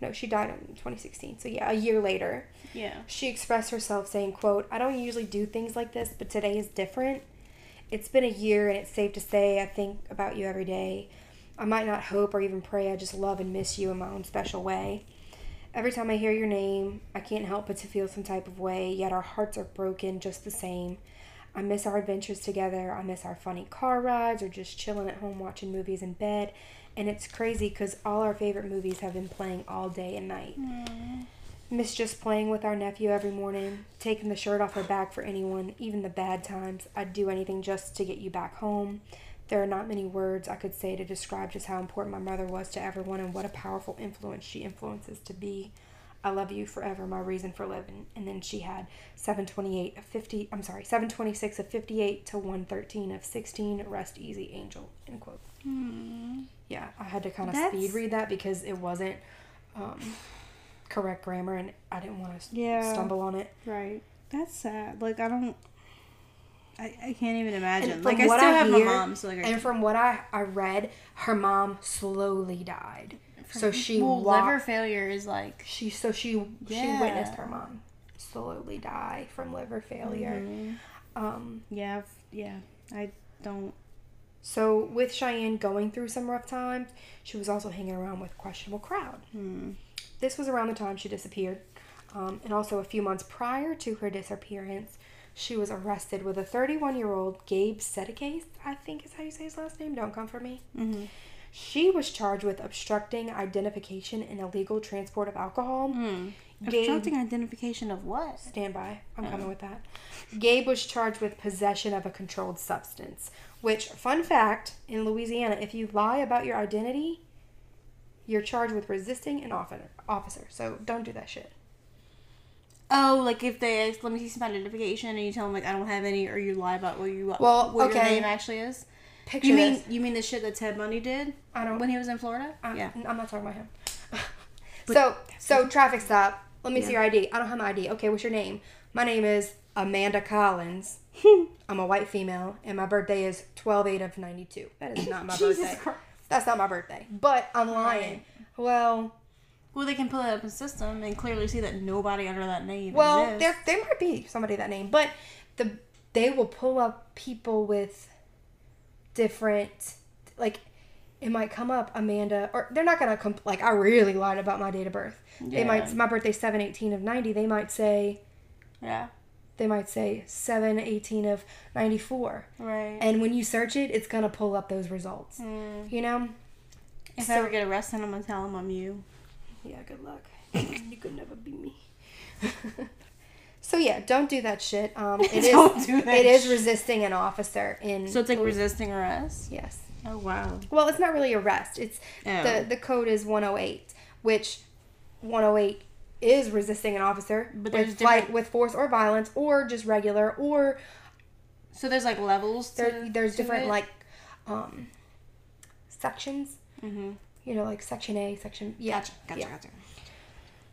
Speaker 1: no, she died in 2016. So yeah, a year later.
Speaker 2: Yeah.
Speaker 1: She expressed herself saying, quote, I don't usually do things like this, but today is different. It's been a year and it's safe to say I think about you every day. I might not hope or even pray, I just love and miss you in my own special way. Every time I hear your name, I can't help but to feel some type of way, yet our hearts are broken just the same. I miss our adventures together. I miss our funny car rides or just chilling at home watching movies in bed. And it's crazy because all our favorite movies have been playing all day and night.
Speaker 2: Mm.
Speaker 1: Miss just playing with our nephew every morning, taking the shirt off her back for anyone, even the bad times. I'd do anything just to get you back home. There are not many words I could say to describe just how important my mother was to everyone and what a powerful influence she influences to be. I love you forever, my reason for living. And then she had 728 of 50, I'm sorry, 726 of 58 to 113 of 16. Rest easy, angel. End quote.
Speaker 2: Mm.
Speaker 1: Yeah, I had to kind of
Speaker 2: That's-
Speaker 1: speed read that because it wasn't um, correct grammar and I didn't want to
Speaker 2: Yeah.
Speaker 1: stumble on it.
Speaker 2: Right. That's sad. Like I don't. I, I can't even imagine.
Speaker 1: And
Speaker 2: like
Speaker 1: from
Speaker 2: I still
Speaker 1: what I
Speaker 2: have
Speaker 1: hear-
Speaker 2: my mom, so like I
Speaker 1: And from what I, I read, her mom slowly died. So she
Speaker 2: well,
Speaker 1: wa-
Speaker 2: liver failure is like
Speaker 1: she so she she
Speaker 2: Yeah.
Speaker 1: witnessed her mom slowly die from liver failure.
Speaker 2: Mm-hmm.
Speaker 1: Um
Speaker 2: yeah I've- yeah I don't
Speaker 1: So with Cheyenne going through some rough times, she was also hanging around with questionable crowd.
Speaker 2: hmm.
Speaker 1: This was around the time she disappeared, um, and also a few months prior to her disappearance, she was arrested with a 31-year-old Gabe Sedekase, I think is how you say his last name. Don't come for me. She was charged with obstructing identification and illegal transport of alcohol. Gabe
Speaker 2: obstructing identification of what
Speaker 1: Stand by. I'm coming with that. Gabe was charged with possession of a controlled substance, which, fun fact, in Louisiana, if you lie about your identity, you're charged with resisting an officer. officer. So don't do that shit.
Speaker 2: oh like if they ask, let me see some identification and you tell them like I don't have any or you lie about what you
Speaker 1: Well,
Speaker 2: what your
Speaker 1: okay.
Speaker 2: name actually is
Speaker 1: Picture
Speaker 2: you mean
Speaker 1: this.
Speaker 2: you mean the shit that Ted Bundy did
Speaker 1: I don't.
Speaker 2: when he was in Florida
Speaker 1: I,
Speaker 2: yeah
Speaker 1: Ah, I'm not talking about him. so, so traffic stop. Let me see your ID. I don't have my ID. Okay, what's your name? My name is Amanda Collins. I'm a white female, and my birthday is 12 8 of 92. That is not my
Speaker 2: Jesus
Speaker 1: birthday.
Speaker 2: Christ.
Speaker 1: That's not my birthday. But I'm lying. Well,
Speaker 2: well they can pull it up in system and clearly see that nobody under that name
Speaker 1: well,
Speaker 2: exists.
Speaker 1: there there might be somebody that name, but the they will pull up people with different like it might come up Amanda or they're not gonna comp- like I really lied about my date of birth. They might
Speaker 2: Yeah.
Speaker 1: my birthday's seven eighteen of ninety. They might say
Speaker 2: yeah
Speaker 1: they might say seven eighteen of ninety four.
Speaker 2: right
Speaker 1: And when you search it, it's gonna pull up those results. You know.
Speaker 2: if
Speaker 1: so-
Speaker 2: I ever get arrested I'm gonna tell them I'm you
Speaker 1: Yeah, good luck. you could never be me. so yeah, don't do that shit. Um, it is-
Speaker 2: Don't do that
Speaker 1: It is
Speaker 2: shit.
Speaker 1: resisting an officer in.
Speaker 2: so it's like resisting arrest
Speaker 1: yes.
Speaker 2: oh wow
Speaker 1: Well, it's not really arrest. It's
Speaker 2: Oh.
Speaker 1: the the code is 108, which 108 is resisting an officer with
Speaker 2: But there's
Speaker 1: flight
Speaker 2: different-
Speaker 1: with force or violence or just regular or
Speaker 2: So there's like levels. To,
Speaker 1: there, there's
Speaker 2: to
Speaker 1: different
Speaker 2: it?
Speaker 1: like um sections.
Speaker 2: Mhm.
Speaker 1: You know, like section A, section yeah,
Speaker 2: Gotcha, gotcha,
Speaker 1: yeah.
Speaker 2: gotcha.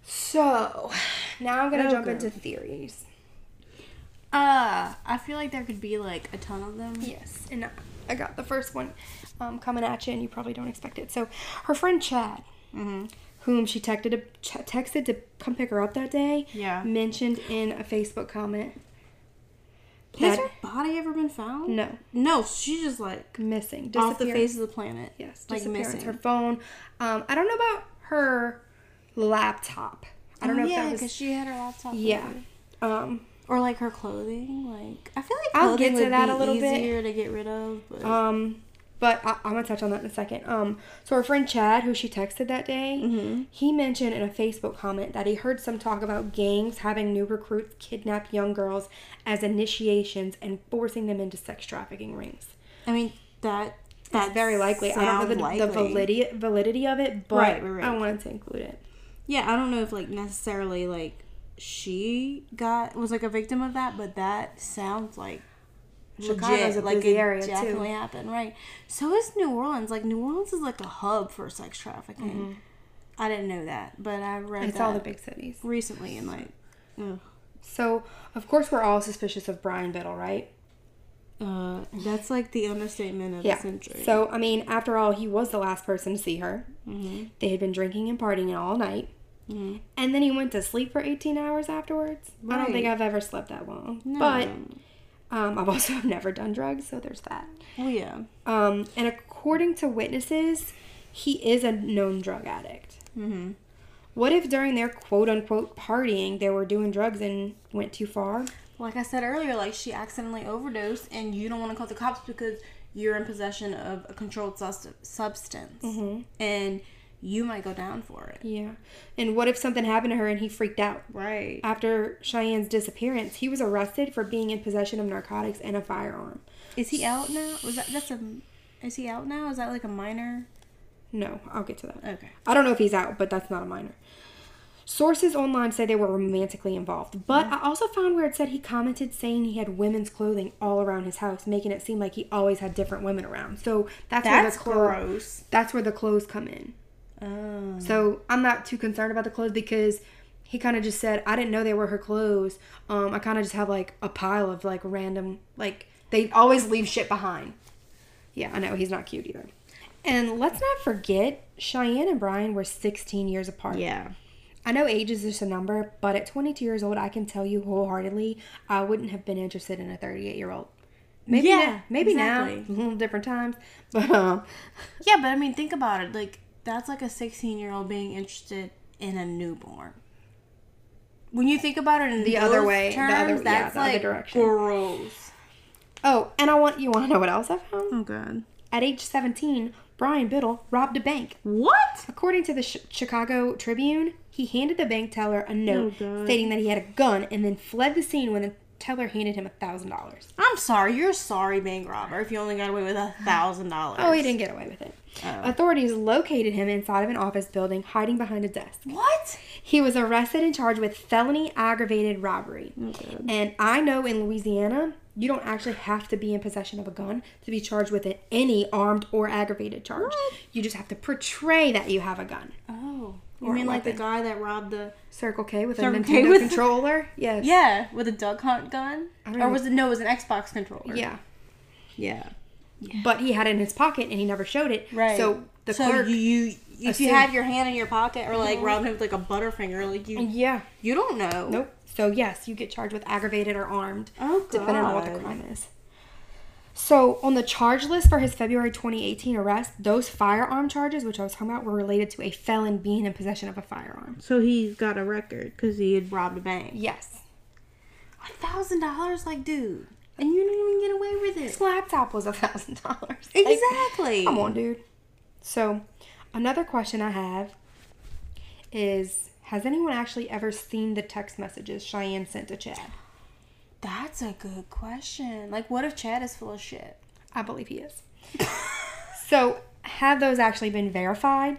Speaker 1: So now I'm gonna
Speaker 2: Oh,
Speaker 1: jump
Speaker 2: girl.
Speaker 1: into theories.
Speaker 2: Uh, I feel like there could be like a ton of them.
Speaker 1: Yes, and I- I got the first one um, coming at you, and you probably don't expect it. So, her friend Chad,
Speaker 2: Mm-hmm.
Speaker 1: whom she texted to, ch- texted to come pick her up that day,
Speaker 2: Yeah.
Speaker 1: mentioned in a Facebook comment
Speaker 2: Has
Speaker 1: that
Speaker 2: her body ever been found?
Speaker 1: no
Speaker 2: No, she's just like
Speaker 1: missing
Speaker 2: off the
Speaker 1: disappear-
Speaker 2: face of the planet.
Speaker 1: Yes,
Speaker 2: like
Speaker 1: disappearance.
Speaker 2: missing.
Speaker 1: Her phone. Um, I don't know about her laptop. I don't know
Speaker 2: Oh, yeah,
Speaker 1: if that was
Speaker 2: because she had her laptop.
Speaker 1: yeah. Um,
Speaker 2: or like her clothing. Like I feel like
Speaker 1: I'll
Speaker 2: clothing
Speaker 1: get to
Speaker 2: would
Speaker 1: that
Speaker 2: be
Speaker 1: a little bit.
Speaker 2: easier to get rid of. But
Speaker 1: Um, but I, I'm gonna touch on that in a second. Um, so her friend Chad, who she texted that day,
Speaker 2: Mm-hmm.
Speaker 1: he mentioned in a Facebook comment that he heard some talk about gangs having new recruits kidnap young girls as initiations and forcing them into sex trafficking rings.
Speaker 2: I mean that that's
Speaker 1: Very likely. I don't know the, the validity validity of it, but
Speaker 2: Right, right, right.
Speaker 1: I wanted to include it.
Speaker 2: Yeah, I don't know if like necessarily like she got was like a victim of that, but that sounds like
Speaker 1: Chicago's
Speaker 2: legit.
Speaker 1: a
Speaker 2: Like
Speaker 1: busy
Speaker 2: it
Speaker 1: area, too.
Speaker 2: definitely happened, right? So is New Orleans. Like New Orleans is like a hub for sex trafficking. I didn't know that, but I read
Speaker 1: Mm-hmm. It's
Speaker 2: that
Speaker 1: all the big cities.
Speaker 2: recently and like, ugh.
Speaker 1: So of course we're all suspicious of Brian Biddle, right?
Speaker 2: uh, that's like the understatement of
Speaker 1: Yeah.
Speaker 2: the century.
Speaker 1: So I mean, after all, he was the last person to see her.
Speaker 2: Mm-hmm.
Speaker 1: They had been drinking and partying all night, and then he went to sleep for 18 hours afterwards. I don't think
Speaker 2: Right.
Speaker 1: I've ever slept that long, but um, I've also never done drugs, so there's that.
Speaker 2: well, yeah,
Speaker 1: Um, and according to witnesses, he is a known drug addict.
Speaker 2: mm-hmm.
Speaker 1: What if during their quote unquote partying they were doing drugs and went too far?
Speaker 2: like I said earlier, like she accidentally overdosed, and you don't want to call the cops because you're in possession of a controlled sus- substance,
Speaker 1: Mm-hmm.
Speaker 2: and you might go down for it.
Speaker 1: Yeah. And what if something happened to her and he freaked out?
Speaker 2: Right.
Speaker 1: After Cheyenne's disappearance, he was arrested for being in possession of narcotics and a firearm.
Speaker 2: Is he out now? Was that that's a? Is he out now? Is that like a minor?
Speaker 1: No, I'll get to that.
Speaker 2: Okay.
Speaker 1: I don't know if he's out, but that's not a minor. Sources online say they were romantically involved, but I also found where it said he commented saying he had women's clothing all around his house, making it seem like he always had different women around. So that's,
Speaker 2: That's
Speaker 1: where the clothes.
Speaker 2: gross.
Speaker 1: That's where the clothes come in.
Speaker 2: Oh.
Speaker 1: So I'm not too concerned about the clothes because he kind of just said I didn't know they were her clothes. Um, I kind of just have like a pile of like random like they always leave shit behind. Yeah, I know he's not cute either. And let's not forget Cheyenne and Brian were 16 years apart.
Speaker 2: Yeah.
Speaker 1: I know age is just a number, but at 22 years old, I can tell you wholeheartedly, I wouldn't have been interested in a 38 year old. Maybe
Speaker 2: Yeah,
Speaker 1: now, maybe now,
Speaker 2: exactly.
Speaker 1: a little different times, but um,
Speaker 2: Yeah, but I mean, think about it. Like that's like a 16 year old being interested in a newborn. When you think about it in
Speaker 1: The other
Speaker 2: those
Speaker 1: way- the other- yeah,
Speaker 2: that's
Speaker 1: the other
Speaker 2: like
Speaker 1: direction.
Speaker 2: gross.
Speaker 1: oh, and I want you want to know what else I found?
Speaker 2: Oh god.
Speaker 1: At age 17, Brian Biddle robbed a bank.
Speaker 2: What?
Speaker 1: According to the Sh- Chicago Tribune, he handed the bank teller a note
Speaker 2: Oh, God.
Speaker 1: stating that he had a gun and then fled the scene when the teller handed him $1,000.
Speaker 2: I'm sorry. You're a sorry bank robber if you only got away with a thousand dollars.
Speaker 1: Oh, he didn't get away with it.
Speaker 2: Oh.
Speaker 1: Authorities located him inside of an office building, hiding behind a desk.
Speaker 2: What?
Speaker 1: He was arrested and charged with felony aggravated robbery.
Speaker 2: Oh,
Speaker 1: And I know in Louisiana, you don't actually have to be in possession of a gun to be charged with it, any armed or aggravated charge. You just have to portray that you have a gun.
Speaker 2: Oh. You
Speaker 1: Or a
Speaker 2: mean like the
Speaker 1: weapon.
Speaker 2: guy that robbed the
Speaker 1: Circle K with a
Speaker 2: Circle K
Speaker 1: Nintendo
Speaker 2: with-
Speaker 1: controller. Yes.
Speaker 2: yeah with a duck hunt gun
Speaker 1: don't
Speaker 2: or
Speaker 1: know.
Speaker 2: was it no it was an Xbox controller
Speaker 1: Yeah.
Speaker 2: yeah
Speaker 1: But he had it in his pocket and he never showed it.
Speaker 2: right
Speaker 1: So the clerk.
Speaker 2: you, you if
Speaker 1: assumed-
Speaker 2: you have your hand in your pocket or like robbed him with like a butterfinger like you
Speaker 1: yeah.
Speaker 2: You don't know.
Speaker 1: Nope. So yes, you get charged with aggravated or armed,
Speaker 2: Oh,
Speaker 1: depending on what the
Speaker 2: God.
Speaker 1: crime is. So on the charge list for his February 2018 arrest, those firearm charges, which I was talking about, were related to a felon being in possession of a firearm.
Speaker 2: So he's got a record because he had robbed a bank.
Speaker 1: Yes,
Speaker 2: A thousand dollars, like dude, and you didn't even get away with it.
Speaker 1: his laptop was a thousand dollars.
Speaker 2: Exactly.
Speaker 1: Come on, dude. So another question I have is: Has anyone actually ever seen the text messages Cheyenne sent to Chad?
Speaker 2: That's a good question. Like, what if Chad is full of shit?
Speaker 1: I believe he is. So, have those actually been verified?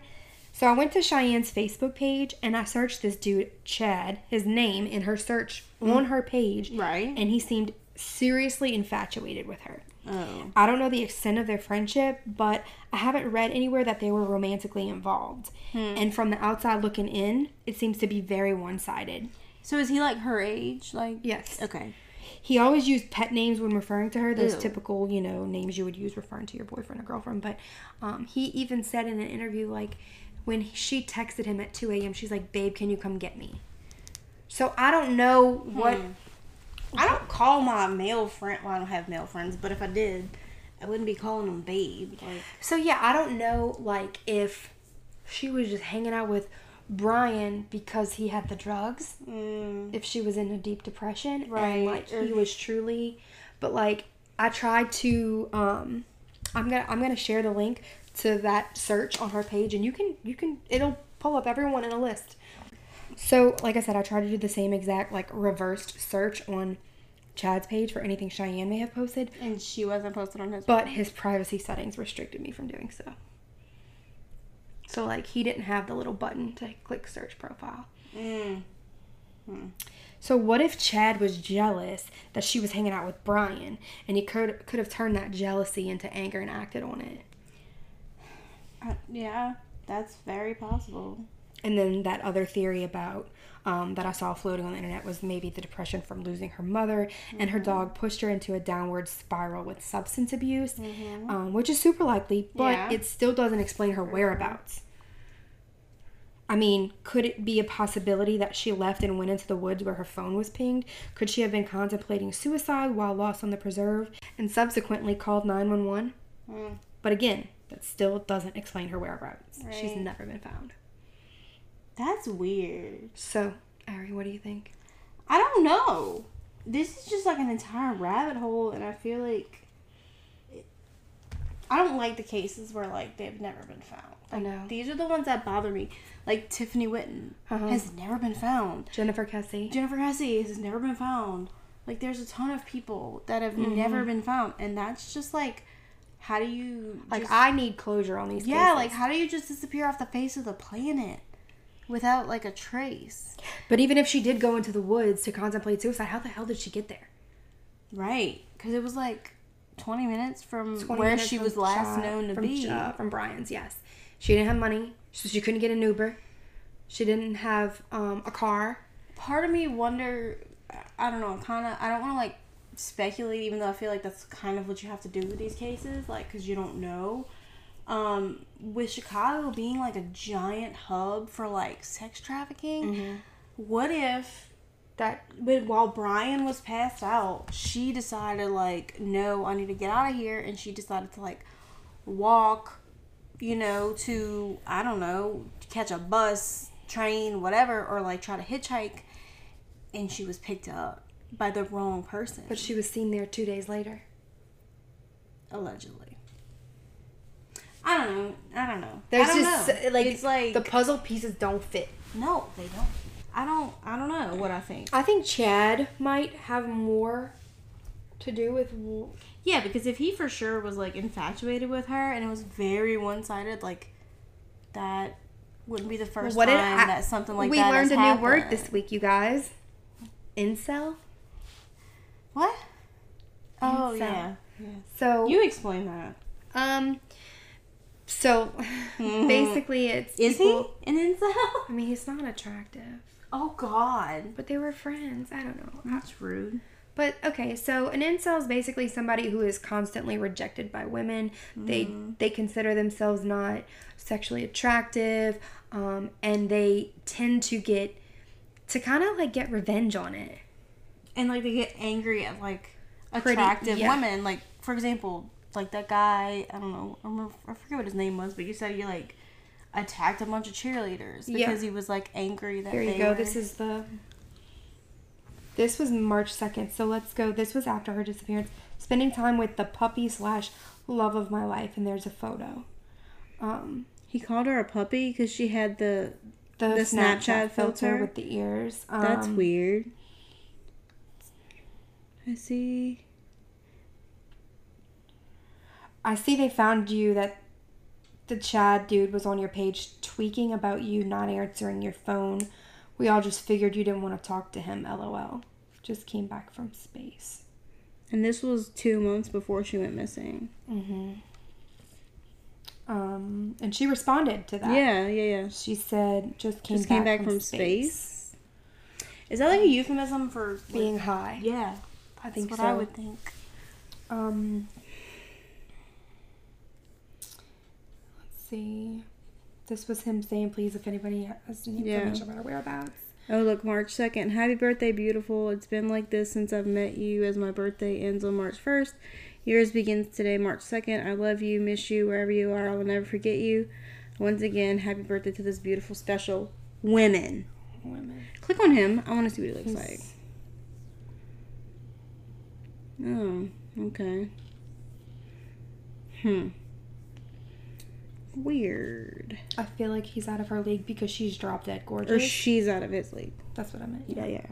Speaker 1: So, I went to Cheyenne's Facebook page and I searched this dude, Chad, his name in her search on her page.
Speaker 2: Mm. Right.
Speaker 1: And he seemed seriously infatuated with her.
Speaker 2: Oh.
Speaker 1: I don't know the extent of their friendship, but I haven't read anywhere that they were romantically involved.
Speaker 2: Hmm.
Speaker 1: And from the outside looking in, it seems to be very one sided.
Speaker 2: So is he like her age? Like.
Speaker 1: Yes.
Speaker 2: Okay.
Speaker 1: He always used pet names when referring to her, those
Speaker 2: Ew.
Speaker 1: typical, you know, names you would use referring to your boyfriend or girlfriend. But um, he even said in an interview, like, when he- she texted him at 2 a.m., she's like, babe, can you come get me? So I don't know what.
Speaker 2: Hmm. I don't call my male friend. Well, I don't have male friends, but if I did, I wouldn't be calling them babe. Like.
Speaker 1: So yeah, I don't know, like, if she was just hanging out with Brian because he had the drugs.
Speaker 2: Mm.
Speaker 1: If she was in a deep depression,
Speaker 2: Right.
Speaker 1: And like he
Speaker 2: Or-
Speaker 1: was truly, but like I tried to, um, I'm gonna I'm gonna share the link to that search on her page, and you can you can it'll pull up everyone in a list. So like I said, I tried to do the same exact like reversed search on Chad's page for anything Cheyenne may have posted,
Speaker 2: And she wasn't posted on his.
Speaker 1: but his privacy settings restricted me from doing so. So like he didn't have the little button to click search profile.
Speaker 2: Mm.
Speaker 1: So what if Chad was jealous that she was hanging out with Brian and he could could have turned that jealousy into anger and acted on it?
Speaker 2: Uh, yeah, that's very possible.
Speaker 1: And then that other theory about um, that I saw floating on the internet was maybe the depression from losing her mother and
Speaker 2: Mm-hmm.
Speaker 1: her dog pushed her into a downward spiral with substance abuse, um, which is super likely, but
Speaker 2: Mm-hmm. Yeah.
Speaker 1: it still doesn't explain her whereabouts. I mean, could it be a possibility that she left and went into the woods where her phone was pinged? Could she have been contemplating suicide while lost on the preserve and subsequently called 911?
Speaker 2: Mm.
Speaker 1: But again, that still doesn't explain her whereabouts. She's
Speaker 2: Right.
Speaker 1: never been found.
Speaker 2: That's weird.
Speaker 1: So, Ari, what do you think?
Speaker 2: I don't know. This is just like an entire rabbit hole, and I feel like it- I don't like the cases where like they've never been found.
Speaker 1: I know.
Speaker 2: These are the ones that bother me. Like Tiffany Witten
Speaker 1: Uh-huh.
Speaker 2: has never been found.
Speaker 1: Jennifer Kessie.
Speaker 2: Jennifer Hesse has never been found. Like there's a ton of people that have
Speaker 1: Mm-hmm.
Speaker 2: never been found, and that's just like, how do you
Speaker 1: Like
Speaker 2: just-
Speaker 1: I need closure on these.
Speaker 2: yeah,
Speaker 1: cases.
Speaker 2: like how do you just disappear off the face of the planet without like a trace?
Speaker 1: But even if she did go into the woods to contemplate suicide, how the hell did she get there?
Speaker 2: Right, because it was like 20 minutes from
Speaker 1: 20
Speaker 2: where
Speaker 1: minutes
Speaker 2: she
Speaker 1: from
Speaker 2: was last
Speaker 1: job-
Speaker 2: known to
Speaker 1: from
Speaker 2: be.
Speaker 1: job- from Brian's. Yes, she didn't have money, so she couldn't get an Uber. She didn't have um, a car.
Speaker 2: Part of me wonder, I don't know, kind of, I don't want to like speculate, even though I feel like that's kind of what you have to do with these cases, like because you don't know. Um, with Chicago being like a giant hub for like sex trafficking, what if
Speaker 1: That
Speaker 2: But while Brian was passed out, she decided like, no, I need to get out of here, and she decided to like walk, you know, to I don't know, catch a bus, train, whatever, or like try to hitchhike, and she was picked up by the wrong person,
Speaker 1: but she was seen there two days later.
Speaker 2: allegedly. I don't know. I don't know.
Speaker 1: There's
Speaker 2: I don't
Speaker 1: just
Speaker 2: know.
Speaker 1: like
Speaker 2: it's like
Speaker 1: the puzzle pieces don't fit.
Speaker 2: no, they don't. I don't. I don't know what I think.
Speaker 1: I think Chad might have more to do with. w-
Speaker 2: Yeah, because if he for sure was like infatuated with her and it was very one sided, like that wouldn't be the first
Speaker 1: What
Speaker 2: time
Speaker 1: did I-
Speaker 2: that something like
Speaker 1: we
Speaker 2: that.
Speaker 1: learned
Speaker 2: has
Speaker 1: a new word
Speaker 2: happened.
Speaker 1: this week, you guys. Incel.
Speaker 2: What? Oh
Speaker 1: so.
Speaker 2: yeah.
Speaker 1: So
Speaker 2: You explain that.
Speaker 1: Um. So basically, it's
Speaker 2: Mm-hmm. Is
Speaker 1: people-
Speaker 2: he an incel?
Speaker 1: I mean, he's not attractive,
Speaker 2: Oh God,
Speaker 1: but they were friends. I don't know.
Speaker 2: that's rude.
Speaker 1: But okay, so an incel is basically somebody who is constantly rejected by women. They
Speaker 2: Mm.
Speaker 1: they consider themselves not sexually attractive, um, and they tend to get to kind of like get revenge on it.
Speaker 2: And like they get angry at like
Speaker 1: Pretty-
Speaker 2: attractive
Speaker 1: yeah.
Speaker 2: women. Like for example, like that guy. I don't know. I, remember, I forget what his name was, but you said he like attacked a bunch of cheerleaders because
Speaker 1: Yeah.
Speaker 2: he was like angry that
Speaker 1: Here you
Speaker 2: they
Speaker 1: go.
Speaker 2: were-
Speaker 1: This is the. This was March second, so let's go. This was after her disappearance. Spending time with the puppy slash love of my life, and there's a photo. Um,
Speaker 2: He called her a puppy because she had the.
Speaker 1: the,
Speaker 2: The
Speaker 1: Snapchat,
Speaker 2: Snapchat
Speaker 1: filter,
Speaker 2: filter?
Speaker 1: with the ears. Um,
Speaker 2: That's weird. I see.
Speaker 1: I see they found you that the Chad dude was on your page tweaking about you not answering your phone. We all just figured you didn't want to talk to him. LOL. Just came back from space.
Speaker 2: And this was two months before she went missing.
Speaker 1: Um, and she responded to that.
Speaker 2: Yeah, yeah, yeah.
Speaker 1: She said, "Just came,
Speaker 2: Just
Speaker 1: back,
Speaker 2: came back
Speaker 1: from,
Speaker 2: from
Speaker 1: space.
Speaker 2: space. Is that like a euphemism for
Speaker 1: being high."
Speaker 2: Yeah,
Speaker 1: I
Speaker 2: that's
Speaker 1: think
Speaker 2: what
Speaker 1: so.
Speaker 2: I would think.
Speaker 1: Um, let's see. This was him saying, "Please, if anybody has any
Speaker 2: Yeah.
Speaker 1: information about our whereabouts."
Speaker 2: Oh, look, March 2nd. Happy birthday, beautiful. It's been like this since I've met you, as my birthday ends on March 1st. Yours begins today, March 2nd. I love you, miss you, wherever you are. I will never forget you. Once again, happy birthday to this beautiful special Women.
Speaker 1: Women.
Speaker 2: Click on him. I want to see what he looks like. Oh, okay. Hmm. Weird.
Speaker 1: I feel like he's out of her league because she's drop dead
Speaker 2: Or
Speaker 1: gorgeous.
Speaker 2: she's out of his league.
Speaker 1: That's what I meant.
Speaker 2: Yeah, yeah.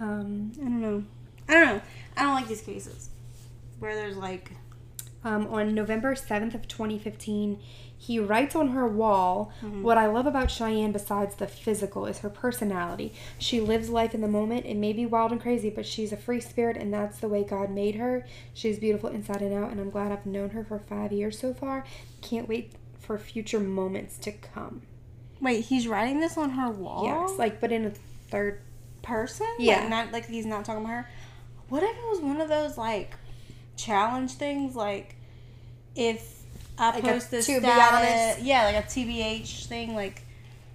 Speaker 1: Um,
Speaker 2: I don't know. I don't know. I don't like these cases where there's like
Speaker 1: um, on November 7th of 2015, he writes on her wall, "What I love about Cheyenne besides the physical is her personality. She lives life in the moment. It may be wild and crazy, but she's a free spirit and that's the way God made her. She's beautiful inside and out and I'm glad I've known her for 5 years so far. Can't wait for future moments to come."
Speaker 2: wait, he's writing this on her wall.
Speaker 1: Yes, like but in a third
Speaker 2: person.
Speaker 1: Yeah.
Speaker 2: like, not like he's not talking about her. What if it was one of those like challenge things? Like if I
Speaker 1: Like a
Speaker 2: post this
Speaker 1: to be
Speaker 2: status,
Speaker 1: honest?
Speaker 2: yeah, like a TBH thing. Like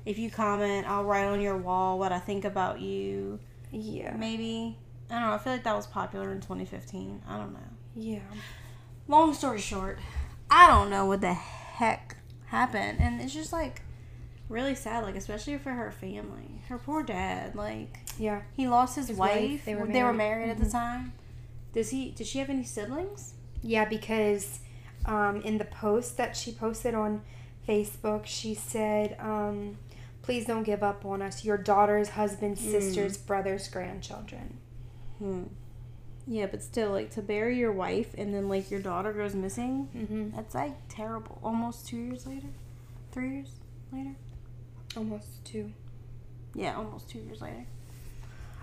Speaker 2: if you comment, I'll write on your wall what I think about you.
Speaker 1: yeah.
Speaker 2: Maybe I don't know. I feel like that was popular in 2015. I don't know.
Speaker 1: Yeah.
Speaker 2: long story short, I don't know what the heck happened. And it's just like really sad, like especially for her family. Her poor dad, like
Speaker 1: Yeah.
Speaker 2: he lost his,
Speaker 1: His
Speaker 2: wife.
Speaker 1: wife,
Speaker 2: They
Speaker 1: they
Speaker 2: were
Speaker 1: were
Speaker 2: married, Mm-hmm. at the time. Does he does she have any siblings?
Speaker 1: Yeah, because um, in the post that she posted on Facebook, she said, um, Please don't give up on us. Your daughter's husband's sister's brother's grandchildren.
Speaker 2: Hmm. Yeah, but still like to bury your wife and then like your daughter goes missing,
Speaker 1: Mm-hmm.
Speaker 2: that's like terrible. Almost two years later? Three years later?
Speaker 1: Almost two.
Speaker 2: Yeah, almost two years later.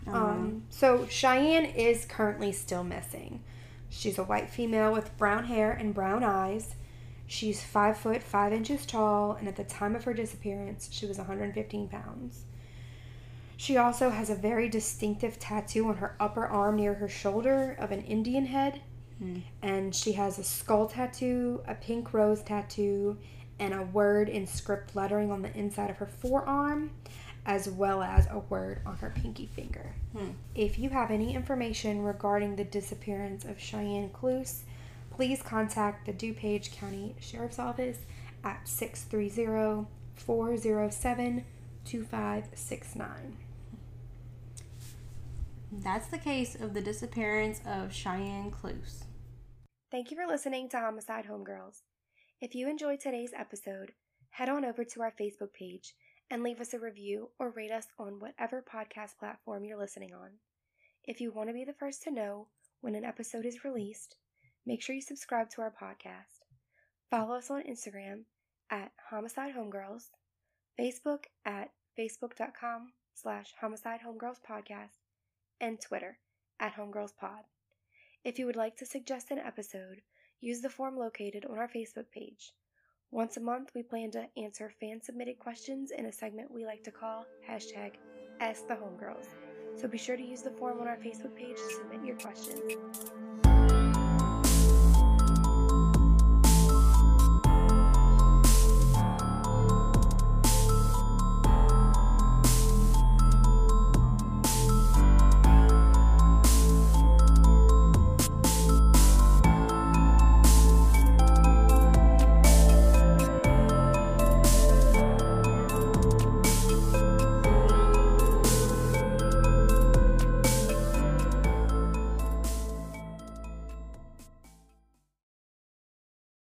Speaker 1: Um, so Cheyenne is currently still missing. She's a white female with brown hair and brown eyes. She's five foot five inches tall, and at the time of her disappearance, she was 115 pounds. She also has a very distinctive tattoo on her upper arm near her shoulder of an Indian head,
Speaker 2: Hmm.
Speaker 1: and she has a skull tattoo, a pink rose tattoo, and a word in script lettering on the inside of her forearm, as well as a word on her pinky finger.
Speaker 2: Hmm.
Speaker 1: If you have any information regarding the disappearance of Cheyenne Cluse, please contact the DuPage County Sheriff's Office at 630 407 2569.
Speaker 2: That's the case of the disappearance of Cheyenne Cluse.
Speaker 1: Thank you for listening to Homicide Homegirls. If you enjoyed today's episode, head on over to our Facebook page and leave us a review or rate us on whatever podcast platform you're listening on. If you want to be the first to know when an episode is released, make sure you subscribe to our podcast. Follow us on Instagram at Homicide Homegirls, Facebook at facebook.com slash Homicide Homegirls Podcast, and Twitter at Homegirls Pod. If you would like to suggest an episode, use the form located on our Facebook page. Once a month, we plan to answer fan submitted questions in a segment we like to call hashtag Ask the Homegirls. So be sure to use the form on our Facebook page to submit your questions.